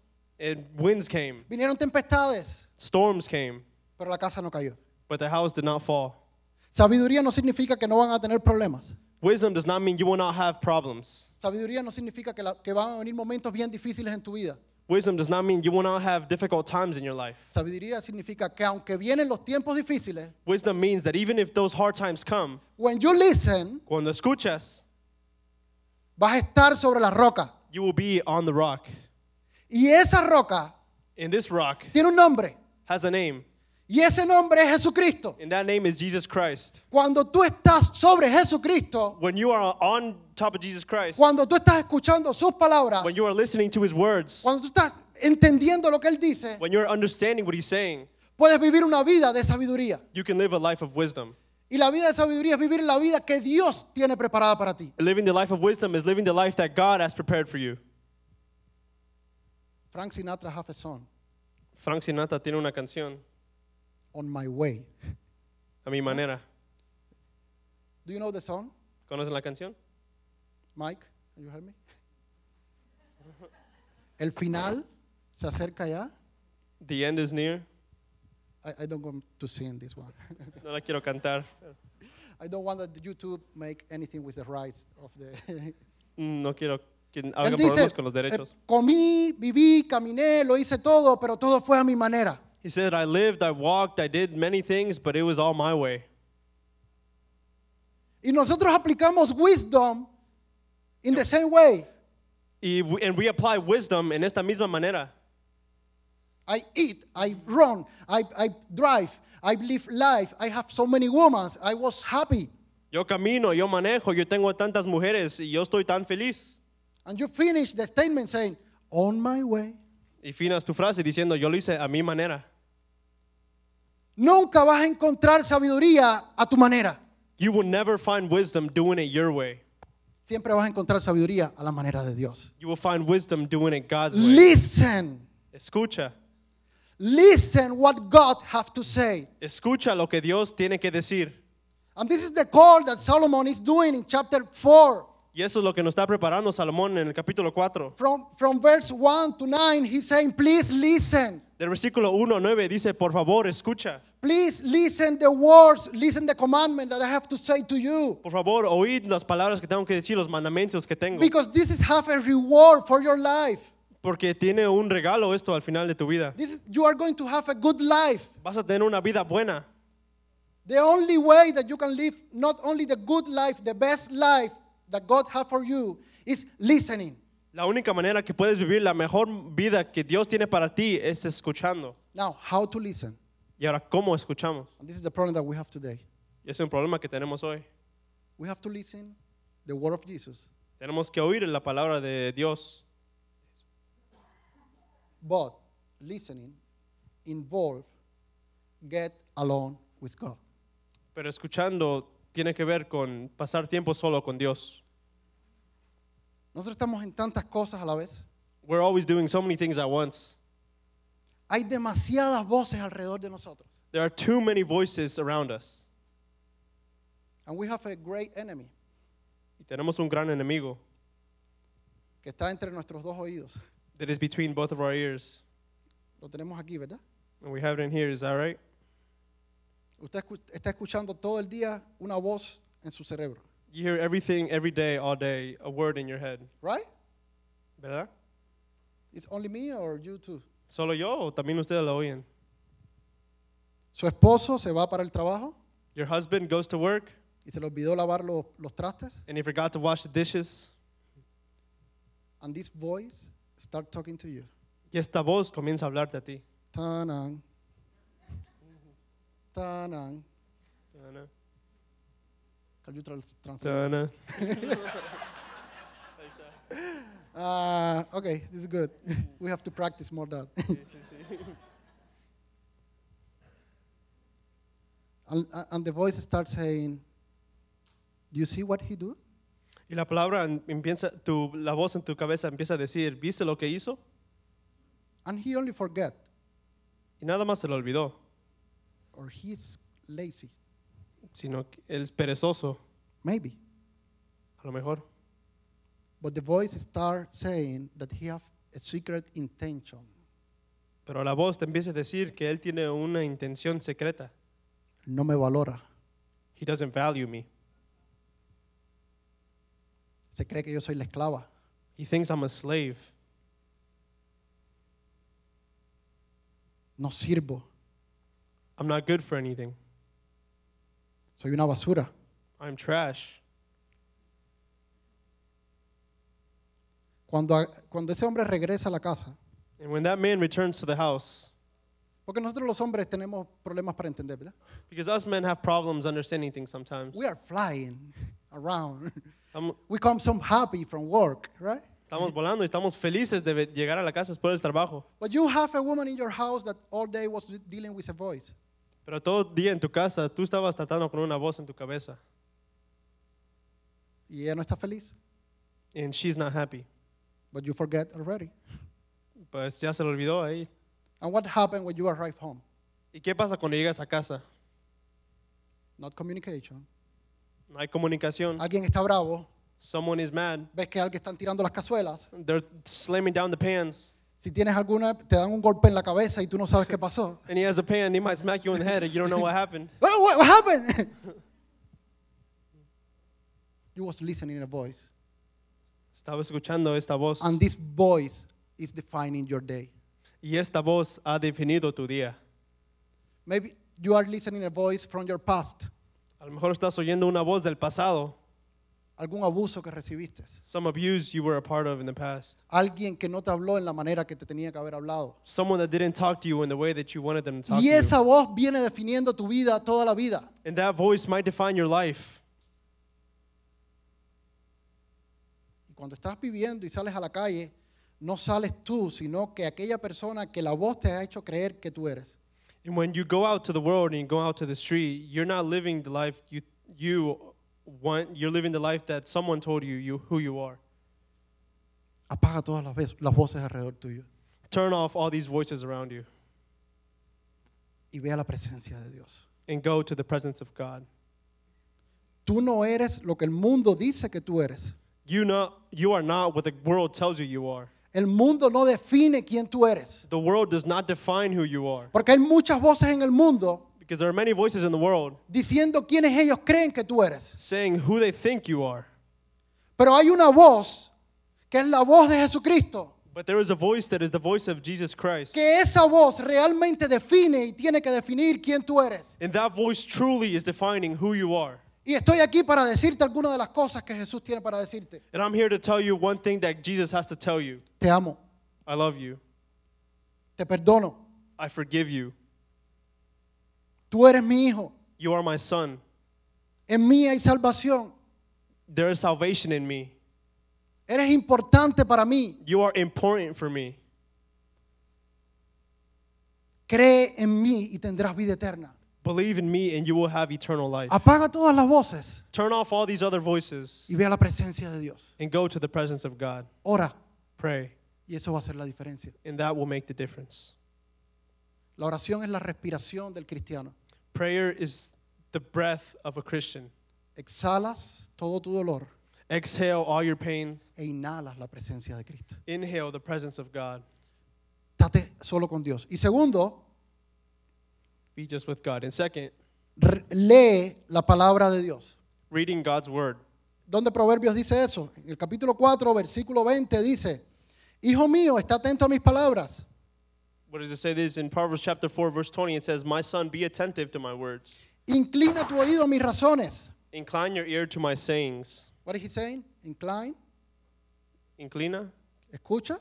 S6: And winds came,
S5: vinieron tempestades,
S6: storms came,
S5: pero la casa no cayó.
S6: but the house did not fall.
S5: Sabiduría no significa que no van a tener problemas.
S6: Wisdom does not mean you will not have problems.
S5: Sabiduría no significa que, la- que van a venir momentos bien difíciles en tu vida.
S6: Wisdom does not mean you will not have difficult times in your life.
S5: Sabiduría significa que aunque vienen los tiempos difíciles,
S6: Wisdom means that even if those hard times come,
S5: when you listen,
S6: cuando escuchas,
S5: vas a estar sobre la roca.
S6: you will be on the rock.
S5: Y esa roca
S6: And this rock
S5: tiene un nombre.
S6: has a name,
S5: Y ese nombre es Jesucristo.
S6: and that name is Jesus Christ.
S5: Cuando tú estás sobre Jesucristo,
S6: When you are on top of Jesus Christ,
S5: cuando tú estás escuchando sus palabras,
S6: when you are listening to his words,
S5: cuando tú estás entendiendo lo que Él dice,
S6: when you're understanding what he's saying,
S5: puedes vivir una vida de sabiduría.
S6: you can live a life of wisdom.
S5: Y la vida de sabiduría es vivir la vida que Dios tiene preparada para ti.
S6: Living the life of wisdom is living the life that God has prepared for you.
S5: Frank Sinatra have a song,
S6: Frank Sinatra tiene una canción,
S5: On My Way.
S6: A mi manera.
S5: Do you know the song,
S6: ¿Conocen la canción?
S5: Mike? Can you hear me? El final se acerca ya.
S6: The end is near.
S5: I, I don't want to sing this one.
S6: No la quiero cantar.
S5: I don't want that YouTube make anything with the rights of
S6: [LAUGHS]
S5: the.
S6: Mm, No quiero que
S5: Él
S6: hagan
S5: dice,
S6: problemas con los
S5: eh,
S6: derechos.
S5: comí, viví, caminé, lo hice todo, pero todo fue a mi manera.
S6: He said, I lived, I walked, I did many things, but it was all my way.
S5: Y nosotros aplicamos wisdom in the same way.
S6: Y, and we apply wisdom en esta misma manera.
S5: I eat, I run, I, I drive, I live life, I have so many women, I was happy.
S6: Yo camino, yo manejo, yo tengo tantas mujeres y yo estoy tan feliz.
S5: And you finish the statement saying, On my way.
S6: Y finas tu frase diciendo, yo lo hice a mi manera.
S5: Nunca vas a encontrar sabiduría a tu manera.
S6: You will never find wisdom doing it your way.
S5: Siempre vas a encontrar sabiduría a la manera de Dios.
S6: You will find wisdom doing it God's way.
S5: Listen.
S6: Escucha,
S5: Listen what God have to say.
S6: escucha lo que Dios tiene que decir.
S5: And this is the call that Solomon is doing in chapter 4.
S6: Y eso es lo que nos está preparando Salomón en el capítulo 4.
S5: From, from verse 1 to 9, he's saying, please listen.
S6: Del versículo 1 a 9 dice, por favor, escucha.
S5: Please listen the words, listen the commandment that I have to say to you.
S6: Por favor, oíd las palabras que tengo que decir, los mandamientos que tengo.
S5: Because this is half a reward for your life.
S6: Porque tiene un regalo esto al final de tu vida.
S5: This is, you are going to have a good life.
S6: Vas a tener una vida buena.
S5: The only way that you can live not only the good life, the best life that God has for you is listening.
S6: La única manera que puedes vivir la mejor vida que Dios tiene para ti es escuchando.
S5: Now, how to listen?
S6: Y ahora, ¿cómo escuchamos?
S5: And this is the problem that we have today.
S6: Y es un problema que tenemos hoy.
S5: We have to listen the word of Jesus,
S6: Tenemos que oír la palabra de Dios,
S5: but listening involve get along with God.
S6: pero escuchando tiene que ver con pasar tiempo solo con Dios.
S5: Nosotros estamos en tantas cosas a la vez.
S6: We're always doing so many things at once.
S5: Hay demasiadas voces alrededor de nosotros.
S6: There are too many voices around us.
S5: And we have a great enemy
S6: Y tenemos un gran enemigo
S5: que está entre nuestros dos oídos.
S6: that is between both of our ears.
S5: Lo tenemos aquí, ¿verdad?
S6: And we have it in here, is that right?
S5: Usted escu- está escuchando todo el día una voz en su cerebro.
S6: You hear everything every day, all day, a word in your head,
S5: Right?
S6: ¿verdad?
S5: It's only me or you too.
S6: ¿Solo yo o también ustedes lo oyen?
S5: Su esposo se va para el trabajo
S6: Your husband goes to work
S5: y se le olvidó lavar los, los trastes.
S6: and he forgot to wash the dishes.
S5: And this voice start talking to you.
S6: Y esta voz comienza a hablarte a ti.
S5: Tanan. Tanan.
S6: Tana,
S5: Can you trans- translate?
S6: tana.
S5: Ah, okay, this is good. [LAUGHS] We have to practice more that. [LAUGHS] and, and the voice starts saying, "Do you see what he do?
S6: Y la palabra en- empieza, tu, la voz en tu cabeza empieza a decir, ¿viste lo que hizo?
S5: And he only forget,
S6: Y nada más se lo olvidó,
S5: or he's lazy,
S6: sino que él es perezoso,
S5: maybe."
S6: a lo mejor.
S5: But the voice start saying that he have a secret intention.
S6: Pero la voz te empieza a decir que él tiene una intención secreta.
S5: No me valora.
S6: He doesn't value me.
S5: Se cree que yo soy la esclava.
S6: He thinks I'm a slave.
S5: No sirvo.
S6: I'm not good for anything.
S5: Soy una basura.
S6: I'm trash.
S5: Cuando, cuando ese hombre regresa a la casa,
S6: And when that man returns to the house,
S5: porque nosotros los hombres tenemos problemas para entender, ¿verdad?
S6: because us men have problems understanding things sometimes.
S5: We are flying around.
S6: Estamos,
S5: We come some happy from work, right?
S6: estamos volando y estamos felices de ve- llegar a la casa después del trabajo.
S5: But you have a woman in your house that all day was dealing with a voice.
S6: Pero todo día en tu casa tú estabas tratando con una voz en tu cabeza.
S5: Y ella no está feliz,
S6: And she's not happy.
S5: but you forget already.
S6: Pues ya se lo olvidó ahí.
S5: And what happened when you arrive home?
S6: ¿Y qué pasa cuando llegas a casa?
S5: Not communication.
S6: No hay comunicación.
S5: Alguien está bravo,
S6: Someone is mad.
S5: ves que alguien están tirando las cazuelas.
S6: They're slamming down the pans.
S5: Si tienes alguna, te dan un golpe en la cabeza y tú no sabes qué pasó.
S6: And he has a pan. He might smack you in the head and you don't know what happened.
S5: What, what, what happened? [LAUGHS] you was listening a voice,
S6: Estaba escuchando esta voz.
S5: and this voice is defining your day.
S6: Y esta voz ha definido tu día.
S5: Maybe you are listening a voice from your past,
S6: A lo mejor estás oyendo una voz del pasado.
S5: algún abuso que recibiste,
S6: Some abuse you were a part of in the past.
S5: alguien que no te habló en la manera que te tenía que haber hablado.
S6: Someone that didn't talk to you in the way that you wanted them to talk
S5: Y
S6: to
S5: esa
S6: you.
S5: voz viene definiendo tu vida toda la vida.
S6: And that voice might define your life.
S5: Y cuando estás viviendo y sales a la calle, no sales tú, sino que aquella persona que la voz te ha hecho creer que tú eres.
S6: And when you go out to the world and you go out to the street, you're not living the life you you want. You're living the life that someone told you you who you are.
S5: Apaga todas las, veces- las voces alrededor tuyo
S6: Turn off all these voices around you
S5: y vea la presencia de Dios.
S6: and go to the presence of God.
S5: Tú no eres lo que el mundo dice que tú eres.
S6: You not you are not what the world tells you you are.
S5: El mundo no define quién tú eres.
S6: The world does not define who you are
S5: Porque hay muchas voces en el mundo
S6: because there are many voices in the world
S5: diciendo quiénes ellos creen que tú eres.
S6: saying who they think you are.
S5: Pero hay una voz que es la voz de Jesucristo.
S6: But there is a voice that is the voice of Jesus Christ.
S5: Que esa voz realmente define y tiene que definir quién tú eres.
S6: And that voice truly is defining who you are.
S5: Y estoy aquí para decirte algunas de las cosas que Jesús tiene para decirte.
S6: And I'm here to tell you one thing that Jesus has to tell you.
S5: Te amo,
S6: I love you.
S5: te perdono,
S6: I forgive you.
S5: tú eres mi hijo,
S6: You are my son.
S5: en mí hay salvación,
S6: There is salvation in me.
S5: eres importante para mí,
S6: You are important for me.
S5: cree en mí y tendrás vida eterna.
S6: Believe in me and you will have eternal life.
S5: Apaga todas las voces
S6: Turn off all these other voices
S5: y vea la presencia de Dios.
S6: and go to the presence of God.
S5: Ora
S6: Pray,
S5: y eso va a ser la diferencia.
S6: and that will make the difference.
S5: La oración es la respiración del cristiano.
S6: Prayer is the breath of a Christian.
S5: Exhalas todo tu dolor
S6: Exhale all your pain,
S5: e inhalas la presencia de Cristo.
S6: inhale the presence of God.
S5: Estate solo con Dios. Y segundo,
S6: Be just with God. And second,
S5: re- lee la palabra de Dios.
S6: reading God's word.
S5: ¿Dónde Proverbios dice eso? En el capítulo 4, versículo 20 dice, Hijo mío, está atento a mis palabras.
S6: What does it say this? In Proverbs chapter 4, verse 20, it says, My son, be attentive to my words.
S5: Inclina tu oído a mis razones.
S6: Incline your ear to my sayings.
S5: What is he saying? Incline.
S6: Inclina?
S5: Escucha.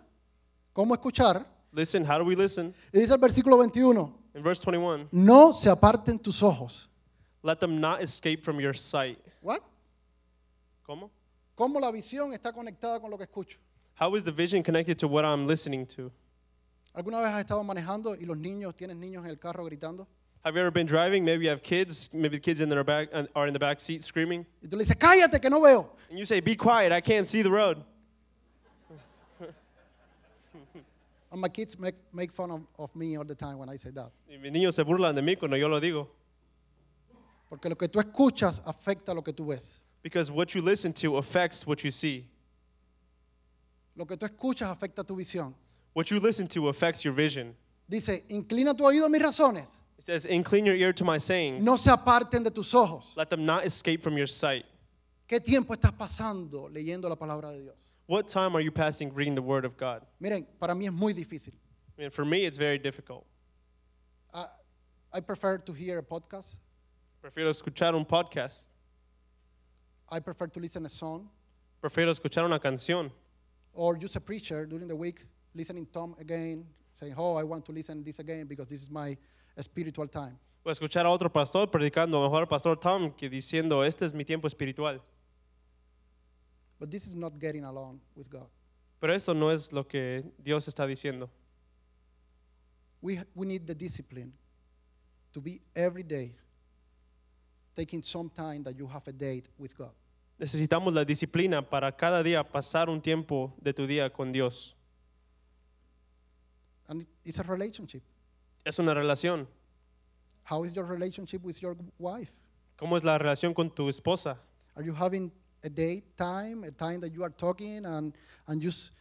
S5: ¿Cómo escuchar?
S6: Listen. How do we listen?
S5: Y dice el versículo 21,
S6: In verse 21,
S5: no se aparten tus ojos.
S6: let them not escape from your sight.
S5: What?
S6: ¿Cómo?
S5: ¿Cómo la visión está conectada con lo que escucho?
S6: How is the vision connected to what I'm listening to?
S5: ¿Alguna vez has estado manejando y los niños, tienes niños en el carro gritando?
S6: Have you ever been driving? Maybe you have kids. Maybe the kids in their back uh, are in the back seat screaming,
S5: Y tú le dices, cállate que no veo.
S6: and you say, "Be quiet! I can't see the road."
S5: And my kids make, make fun of, of me all the time when I say that.
S6: Y mis niños se burlan de mí cuando yo lo digo,
S5: Porque lo que tú escuchas afecta lo que tú ves.
S6: because what you listen to affects what you see.
S5: Lo que tú escuchas afecta tu visión.
S6: What you listen to affects your vision.
S5: Dice, inclina tu oído a mis razones.
S6: It says, "Incline your ear to my sayings;
S5: No se aparten de tus ojos.
S6: let them not escape from your sight."
S5: ¿Qué tiempo estás pasando leyendo la palabra de Dios?
S6: What time are you passing reading the Word of God?
S5: Miren, para mí es muy difícil.
S6: I mean, for me, it's very difficult.
S5: Ah, I prefer to hear a podcast.
S6: Prefiero escuchar un podcast.
S5: I prefer to listen a song
S6: Prefiero escuchar una canción.
S5: or use a preacher during the week, listening Tom again, saying, "Oh, I want to listen this again because this is my spiritual time."
S6: O escuchar a otro pastor predicando, a lo mejor al pastor Tom, que diciendo, este es mi tiempo espiritual.
S5: But this is not getting along with God.
S6: Pero eso no es lo que Dios está diciendo.
S5: We we need the discipline to be every day taking some time that you have a date with God.
S6: Necesitamos la disciplina para cada día pasar un tiempo de tu día con Dios.
S5: And it- it's a relationship.
S6: Es una relación.
S5: How is your relationship with your wife?
S6: ¿Cómo es la relación con tu esposa?
S5: Are you having a date time, a time that you are talking and and just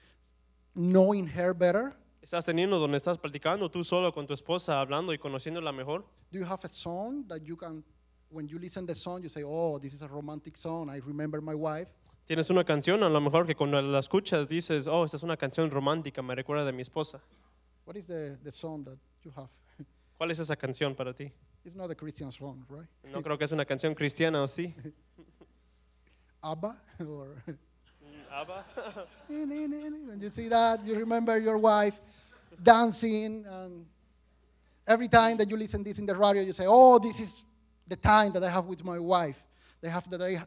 S5: knowing her better?
S6: ¿Estás teniendo donde estás platicando tú solo con tu esposa, hablando y conociéndola mejor?
S5: Do you have a song that you can, when you listen the song, you say, "Oh, this is a romantic song. I remember my wife."
S6: ¿Tienes una canción a lo mejor que cuando la escuchas dices, oh, esta es una canción romántica, me recuerda de mi esposa?
S5: What is the the song that you have?
S6: ¿Cuál es esa canción para ti?
S5: it's not a Christian song, right?
S6: No creo que es una canción cristiana, ¿o sí?
S5: Abba [LAUGHS] or
S6: ¿Abba?
S5: when you see that, you remember your wife dancing, and every time that you listen this in the radio, you say, "Oh, this is the time that I have with my wife. They have that I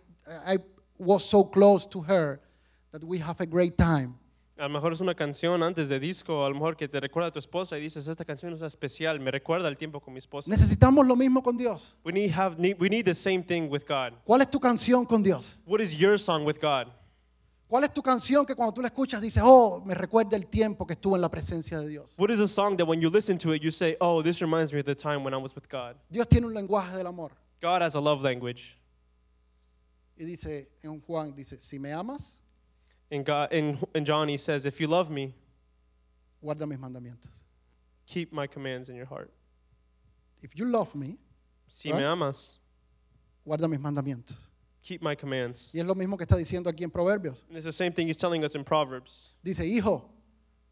S5: I was so close to her that we have a great time."
S6: A lo mejor es una canción antes de disco, a lo mejor que te recuerda a tu esposa y dices, esta canción es especial, me recuerda el tiempo con mi esposa.
S5: Necesitamos lo mismo con Dios.
S6: We need, have, need, we need the same thing with God.
S5: ¿Cuál es tu canción con Dios?
S6: What is your song with God?
S5: ¿Cuál es tu canción que cuando tú la escuchas dices, oh, me recuerda el tiempo que estuve en la presencia de Dios?
S6: What is a song that when you listen to it, you say, oh, this reminds me of the time when I was with God?
S5: Dios tiene un lenguaje del amor.
S6: God has a love language.
S5: Y dice en Juan, dice, si me amas,
S6: In, God, in, in John, he says, if you love me,
S5: guarda mis mandamientos.
S6: keep my commands in your heart.
S5: If you love me,
S6: Si me
S5: Right.
S6: amas,
S5: guarda mis mandamientos.
S6: keep my commands.
S5: Y es lo mismo que está diciendo aquí en Proverbios.
S6: And it's the same thing he's telling us in Proverbs.
S5: Dice, hijo,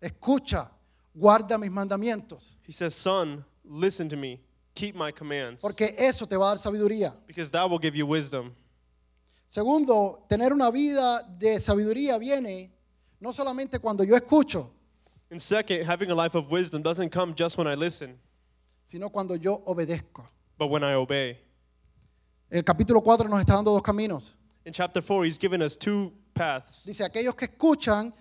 S5: escucha, guarda mis mandamientos,
S6: He says, son, listen to me, keep my commands.
S5: porque eso te va a dar sabiduría.
S6: Because that will give you wisdom.
S5: Segundo, tener una vida de sabiduría viene no solamente cuando yo escucho,
S6: And second, having a life of wisdom doesn't come just when I listen,
S5: sino cuando yo obedezco.
S6: but when I obey.
S5: El capítulo 4 nos está dando dos caminos.
S6: In chapter 4, he's given us two paths.
S5: Dice, aquellos que escuchan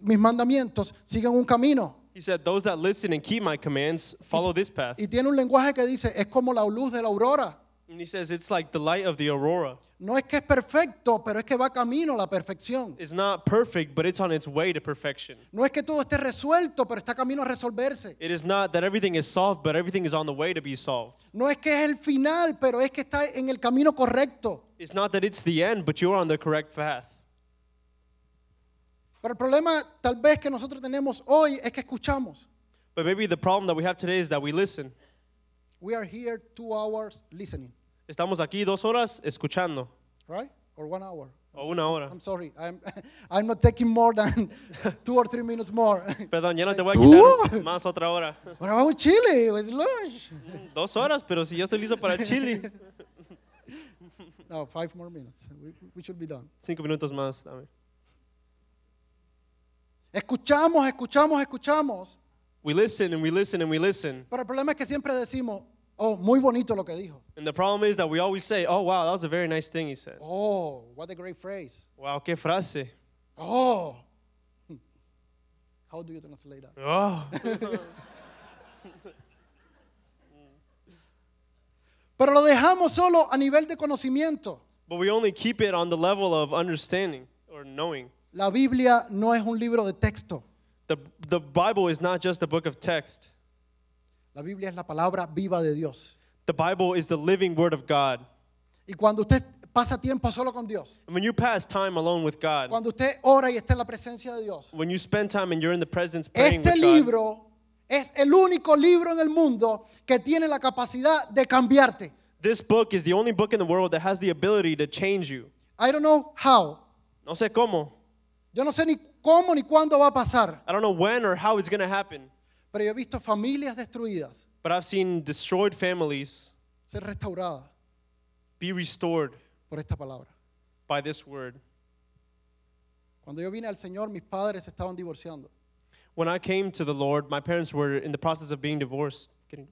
S5: mis mandamientos siguen un camino.
S6: He said, Those that listen and keep my commands follow this path.
S5: Y tiene un lenguaje que dice, es como la luz de la aurora.
S6: And he says, It's like the light of the aurora.
S5: No es que es perfecto, pero es que va camino a la perfección.
S6: It's not perfect, but it's on its way to perfection.
S5: No es que todo esté resuelto, pero está camino a resolverse.
S6: It is not that everything is solved, but everything is on the way to be solved.
S5: No es que es el final, pero es que está en el camino correcto.
S6: It's not that it's the end, but you're on the correct path.
S5: Pero el problema tal vez que nosotros tenemos hoy es que escuchamos.
S6: But maybe the problem that we have today is that we listen.
S5: We are here two hours listening.
S6: Estamos aquí dos horas escuchando.
S5: right? Or one hour.
S6: o una hora.
S5: I'm sorry. I'm, [LAUGHS] I'm not taking more than [LAUGHS] two or three minutes more. [LAUGHS]
S6: Perdón, ya no te voy a
S5: ¿Tú?
S6: quitar más otra hora. [LAUGHS]
S5: What about Chile with lunch?
S6: Dos horas, pero si ya estoy listo para Chile.
S5: No, five more minutes. We, we should be done.
S6: Cinco minutos más. dame.
S5: Escuchamos, escuchamos, escuchamos.
S6: We listen and we listen and we listen.
S5: Pero el problema es que siempre decimos, oh, muy bonito lo que dijo.
S6: And the problem is that we always say, oh, wow, that was a very nice thing he said.
S5: Oh, what a great phrase.
S6: Wow, qué frase.
S5: Oh. How do you translate that?
S6: Oh.
S5: Pero lo dejamos solo a nivel de conocimiento.
S6: But we only keep it on the level of understanding or knowing.
S5: La Biblia no es un libro de texto.
S6: The, the Bible is not just a book of text,
S5: La Biblia es la palabra viva de Dios.
S6: the Bible is the living word of God.
S5: Y cuando usted pasa tiempo solo con Dios,
S6: And when you pass time alone with God,
S5: cuando usted ora y está en la presencia de Dios,
S6: when you spend time and you're in the presence praying
S5: este
S6: with God,
S5: libro es el único libro en el mundo que tiene la capacidad de cambiarte.
S6: this book is the only book in the world that has the ability to change you.
S5: I don't know how.
S6: No sé cómo.
S5: Yo no sé ni cómo ni cuándo va a pasar,
S6: I don't know when or how it's going to happen,
S5: pero yo he visto familias destruidas
S6: but I've seen destroyed families
S5: ser restauradas
S6: be restored
S5: por esta palabra.
S6: by this word.
S5: Cuando yo vine al Señor, mis padres se estaban divorciando.
S6: When I came to the Lord, my parents were in the process of being divorced. Getting-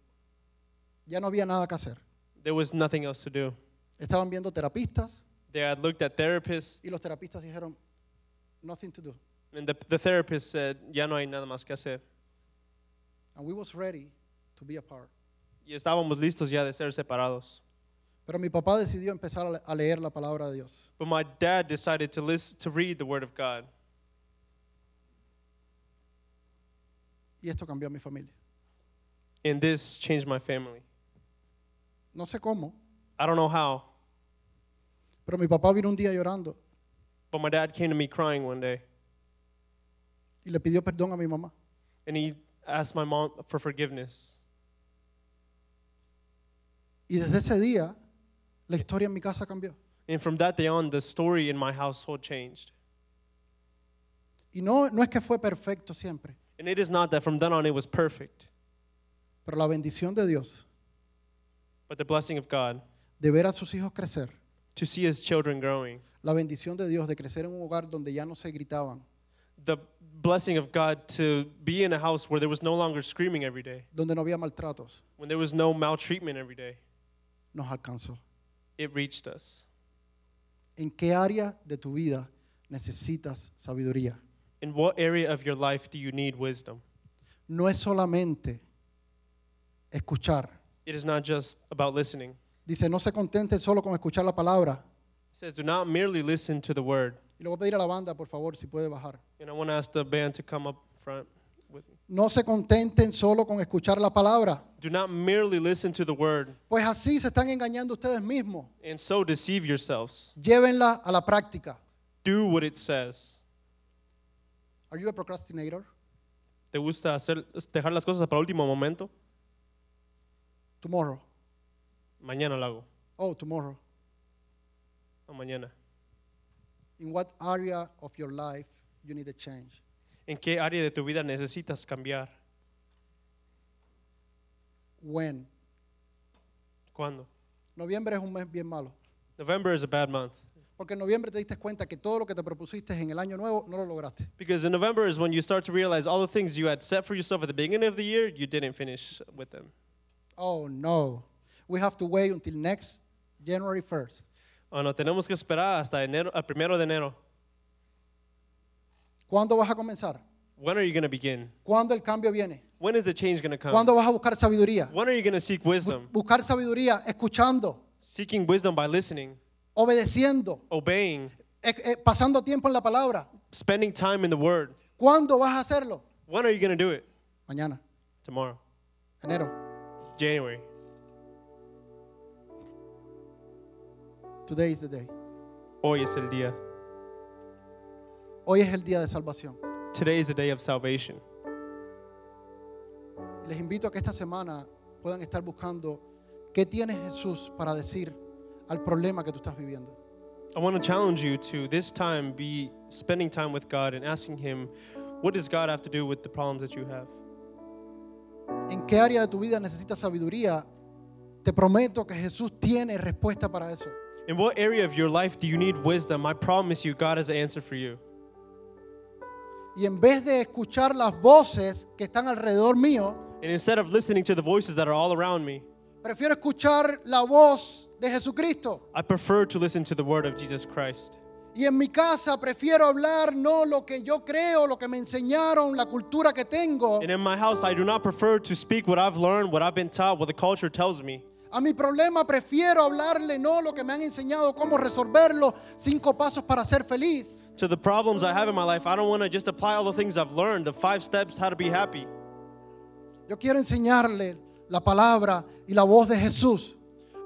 S5: Ya no había nada que hacer.
S6: There was nothing else to do.
S5: Estaban viendo terapistas
S6: They had looked at therapists,
S5: y los terapistas dijeron, nothing to do.
S6: and the, the therapist said, Ya no hay nada más que hacer.
S5: And we was ready to be apart.
S6: Y estábamos listos ya de ser separados.
S5: Pero mi papá decidió empezar a le- a leer la palabra de Dios.
S6: But my dad decided to, listen, to read the Word of God,
S5: Y esto cambió a mi familia.
S6: and this changed my family.
S5: No sé cómo,
S6: I don't know how,
S5: pero mi papá vino un día llorando
S6: but my dad came to me crying one day,
S5: y le pidió perdón a mi mamá.
S6: and he asked my mom for forgiveness.
S5: Y desde ese día, la historia en mi casa cambió.
S6: And from that day on, the story in my household changed.
S5: Y no, no es que fue perfecto siempre,
S6: And it is not that from then on it was perfect,
S5: pero la bendición de Dios
S6: but the blessing of God
S5: de ver a sus hijos crecer,
S6: to see his children growing,
S5: la bendición de Dios de crecer en un hogar donde ya no se gritaban,
S6: the blessing of God to be in a house where there was no longer screaming every day,
S5: donde no había maltratos,
S6: when there was no maltreatment every day.
S5: nos alcanzó.
S6: It reached us.
S5: ¿En qué área de tu vida necesitas sabiduría?
S6: In what area of your life do you need wisdom?
S5: No es solamente escuchar.
S6: It is not just about listening. It
S5: Dice, no se contenten solo con escuchar la palabra.
S6: says, do not merely listen to the word.
S5: Y le voy a pedir a la banda, por favor, si puede bajar.
S6: And I want to ask the band to come up front with me.
S5: No se contenten solo con escuchar la palabra,
S6: Do not merely listen to the word
S5: pues así se están engañando ustedes mismos.
S6: and so deceive yourselves.
S5: Llévenla a la práctica.
S6: do what it says.
S5: Are you a procrastinator?
S6: ¿Te gusta hacer, dejar las cosas para último momento?
S5: Tomorrow.
S6: Mañana lo hago.
S5: Oh, tomorrow.
S6: O mañana.
S5: In what area of your life you need a change?
S6: ¿En qué área de tu vida necesitas cambiar?
S5: When?
S6: ¿Cuándo?
S5: Noviembre es un mes bien malo,
S6: November is a bad month.
S5: porque en noviembre te diste cuenta que todo lo que te propusiste en el año nuevo no lo lograste.
S6: Because in November is when you start to realize all the things you had set for yourself at the beginning of the year, you didn't finish with them.
S5: Oh no. We have to wait until next January 1st.
S6: O Oh, no, tenemos que esperar hasta enero, a primero de enero.
S5: ¿Cuándo vas a comenzar?
S6: When are you going to begin?
S5: ¿Cuándo el cambio viene?
S6: When is the change going to come?
S5: ¿Cuándo vas a buscar sabiduría?
S6: When are you going to seek wisdom?
S5: Buscar sabiduría escuchando,
S6: Seeking wisdom by listening,
S5: obedeciendo,
S6: obeying,
S5: eh, eh, pasando tiempo en la palabra.
S6: spending time in the Word.
S5: ¿Cuándo vas a hacerlo?
S6: When are you going to do it?
S5: Mañana,
S6: Tomorrow,
S5: enero.
S6: January.
S5: Today is the day.
S6: Hoy es el día.
S5: Hoy es el día de salvación.
S6: Today is the day of salvation.
S5: Les invito a que esta semana puedan estar buscando qué tiene Jesús para decir al problema que tú estás viviendo.
S6: I want to challenge you to this time be spending time with God and asking Him, what does God have to do with the problems that you have?
S5: ¿En qué área de tu vida necesitas sabiduría? Te prometo que Jesús tiene respuesta para eso.
S6: In what area of your life do you need wisdom? I promise you, God has an answer for you.
S5: Y en vez de escuchar las voces que están alrededor mío,
S6: And instead of listening to the voices that are all around me,
S5: prefiero escuchar la voz de Jesucristo.
S6: I prefer to listen to the word of Jesus Christ.
S5: Y en mi casa prefiero hablar no lo que yo creo, lo que me enseñaron, la cultura que tengo.
S6: And in my house, I do not prefer to speak what I've learned, what I've been taught, what the culture tells me.
S5: A mi problema prefiero hablarle no lo que me han enseñado, cómo resolverlo, cinco pasos para ser feliz.
S6: To the problems I have in my life, I don't want to just apply all the things I've learned, the five steps how to be happy.
S5: Yo quiero enseñarle la palabra y la voz de Jesús.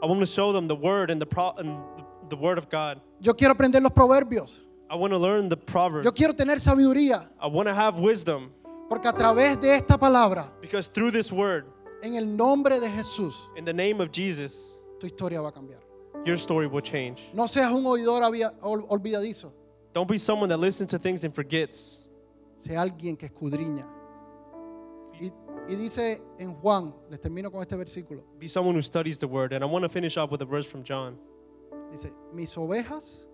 S6: I want to show them the word and the, pro- and the- the word of God.
S5: Yo quiero aprender los proverbios.
S6: I want to learn the proverbs.
S5: Yo quiero tener sabiduría,
S6: I want to have wisdom
S5: porque a través de esta palabra,
S6: because through this word,
S5: en el nombre de Jesús,
S6: in the name of Jesus,
S5: tu historia va a cambiar.
S6: your story will change.
S5: No seas un oidor avia- ol- olvidadizo,
S6: Don't be someone that listens to things and forgets.
S5: sea alguien que escudriña. Y, y dice en Juan, les termino con este versículo,
S6: Be someone who studies the word. And I want to finish off with a verse from John.
S5: dice, mis ovejas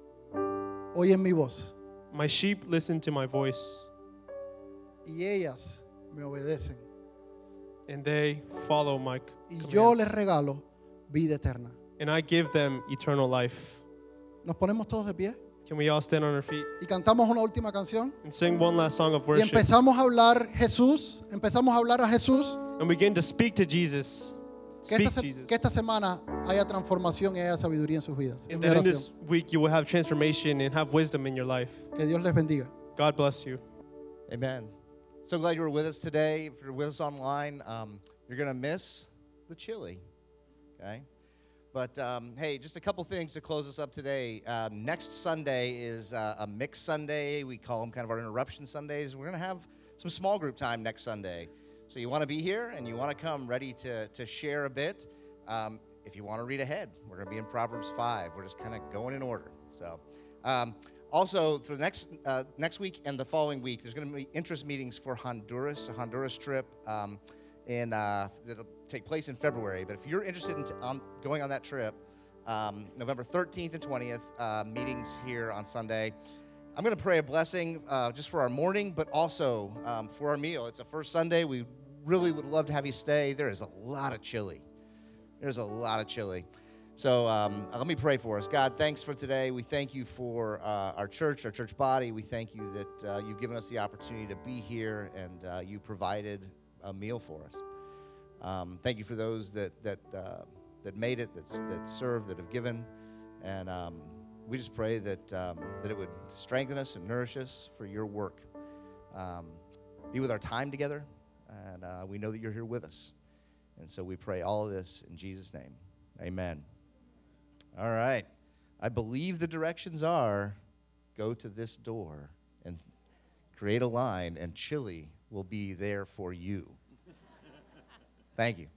S5: oyen mi voz
S6: My sheep listen to my voice,
S5: y ellas me obedecen.
S6: and they follow my c-
S5: Y yo les
S6: commands.
S5: regalo vida eterna.
S6: And I give them eternal life.
S5: Nos ponemos todos de pie
S6: Can we all stand on our feet
S5: y cantamos una última canción.
S6: and sing one last song of
S5: Y
S6: worship
S5: empezamos a hablar Jesús, empezamos a hablar a Jesús.
S6: and begin to speak to Jesus?
S5: Que
S6: Speak
S5: esta, se-
S6: Jesus.
S5: que esta semana haya transformación y haya sabiduría en sus vidas. Es
S6: And
S5: mi
S6: that in
S5: oración.
S6: this week you will have transformation and have wisdom in your life.
S5: Que Dios les bendiga.
S6: God bless you.
S7: Amen. So glad you were with us today. If you're with us online, um, you're going to miss the chili. Okay? But um, hey, just a couple things to close us up today. Um, next Sunday is uh, a mixed Sunday. We call them kind of our interruption Sundays. We're going to have some small group time next Sunday. So you want to be here and you want to come ready to, to share a bit. Um, if you want to read ahead, we're going to be in Proverbs 5. We're just kind of going in order. So um, also, for the next, uh, next week and the following week, there's going to be interest meetings for Honduras, a Honduras trip. Um, in uh, that'll take place in February. But if you're interested in t- on going on that trip, um, November 13th and 20th, uh, meetings here on Sunday. I'm going to pray a blessing uh, just for our morning, but also um, for our meal. It's a first Sunday. We really would love to have you stay. There is a lot of chili. There's a lot of chili. So um, let me pray for us. God, thanks for today. We thank you for uh, our church, our church body. We thank you that uh, you've given us the opportunity to be here and uh, you provided a meal for us. Um, thank you for those that that uh, that made it, that that served, that have given, and um, we just pray that um, that it would strengthen us and nourish us for your work. Um, be with our time together, and uh, we know that you're here with us, and so we pray all of this in Jesus' name, Amen. All right, I believe the directions are: go to this door and create a line, and chili will be there for you. Thank you.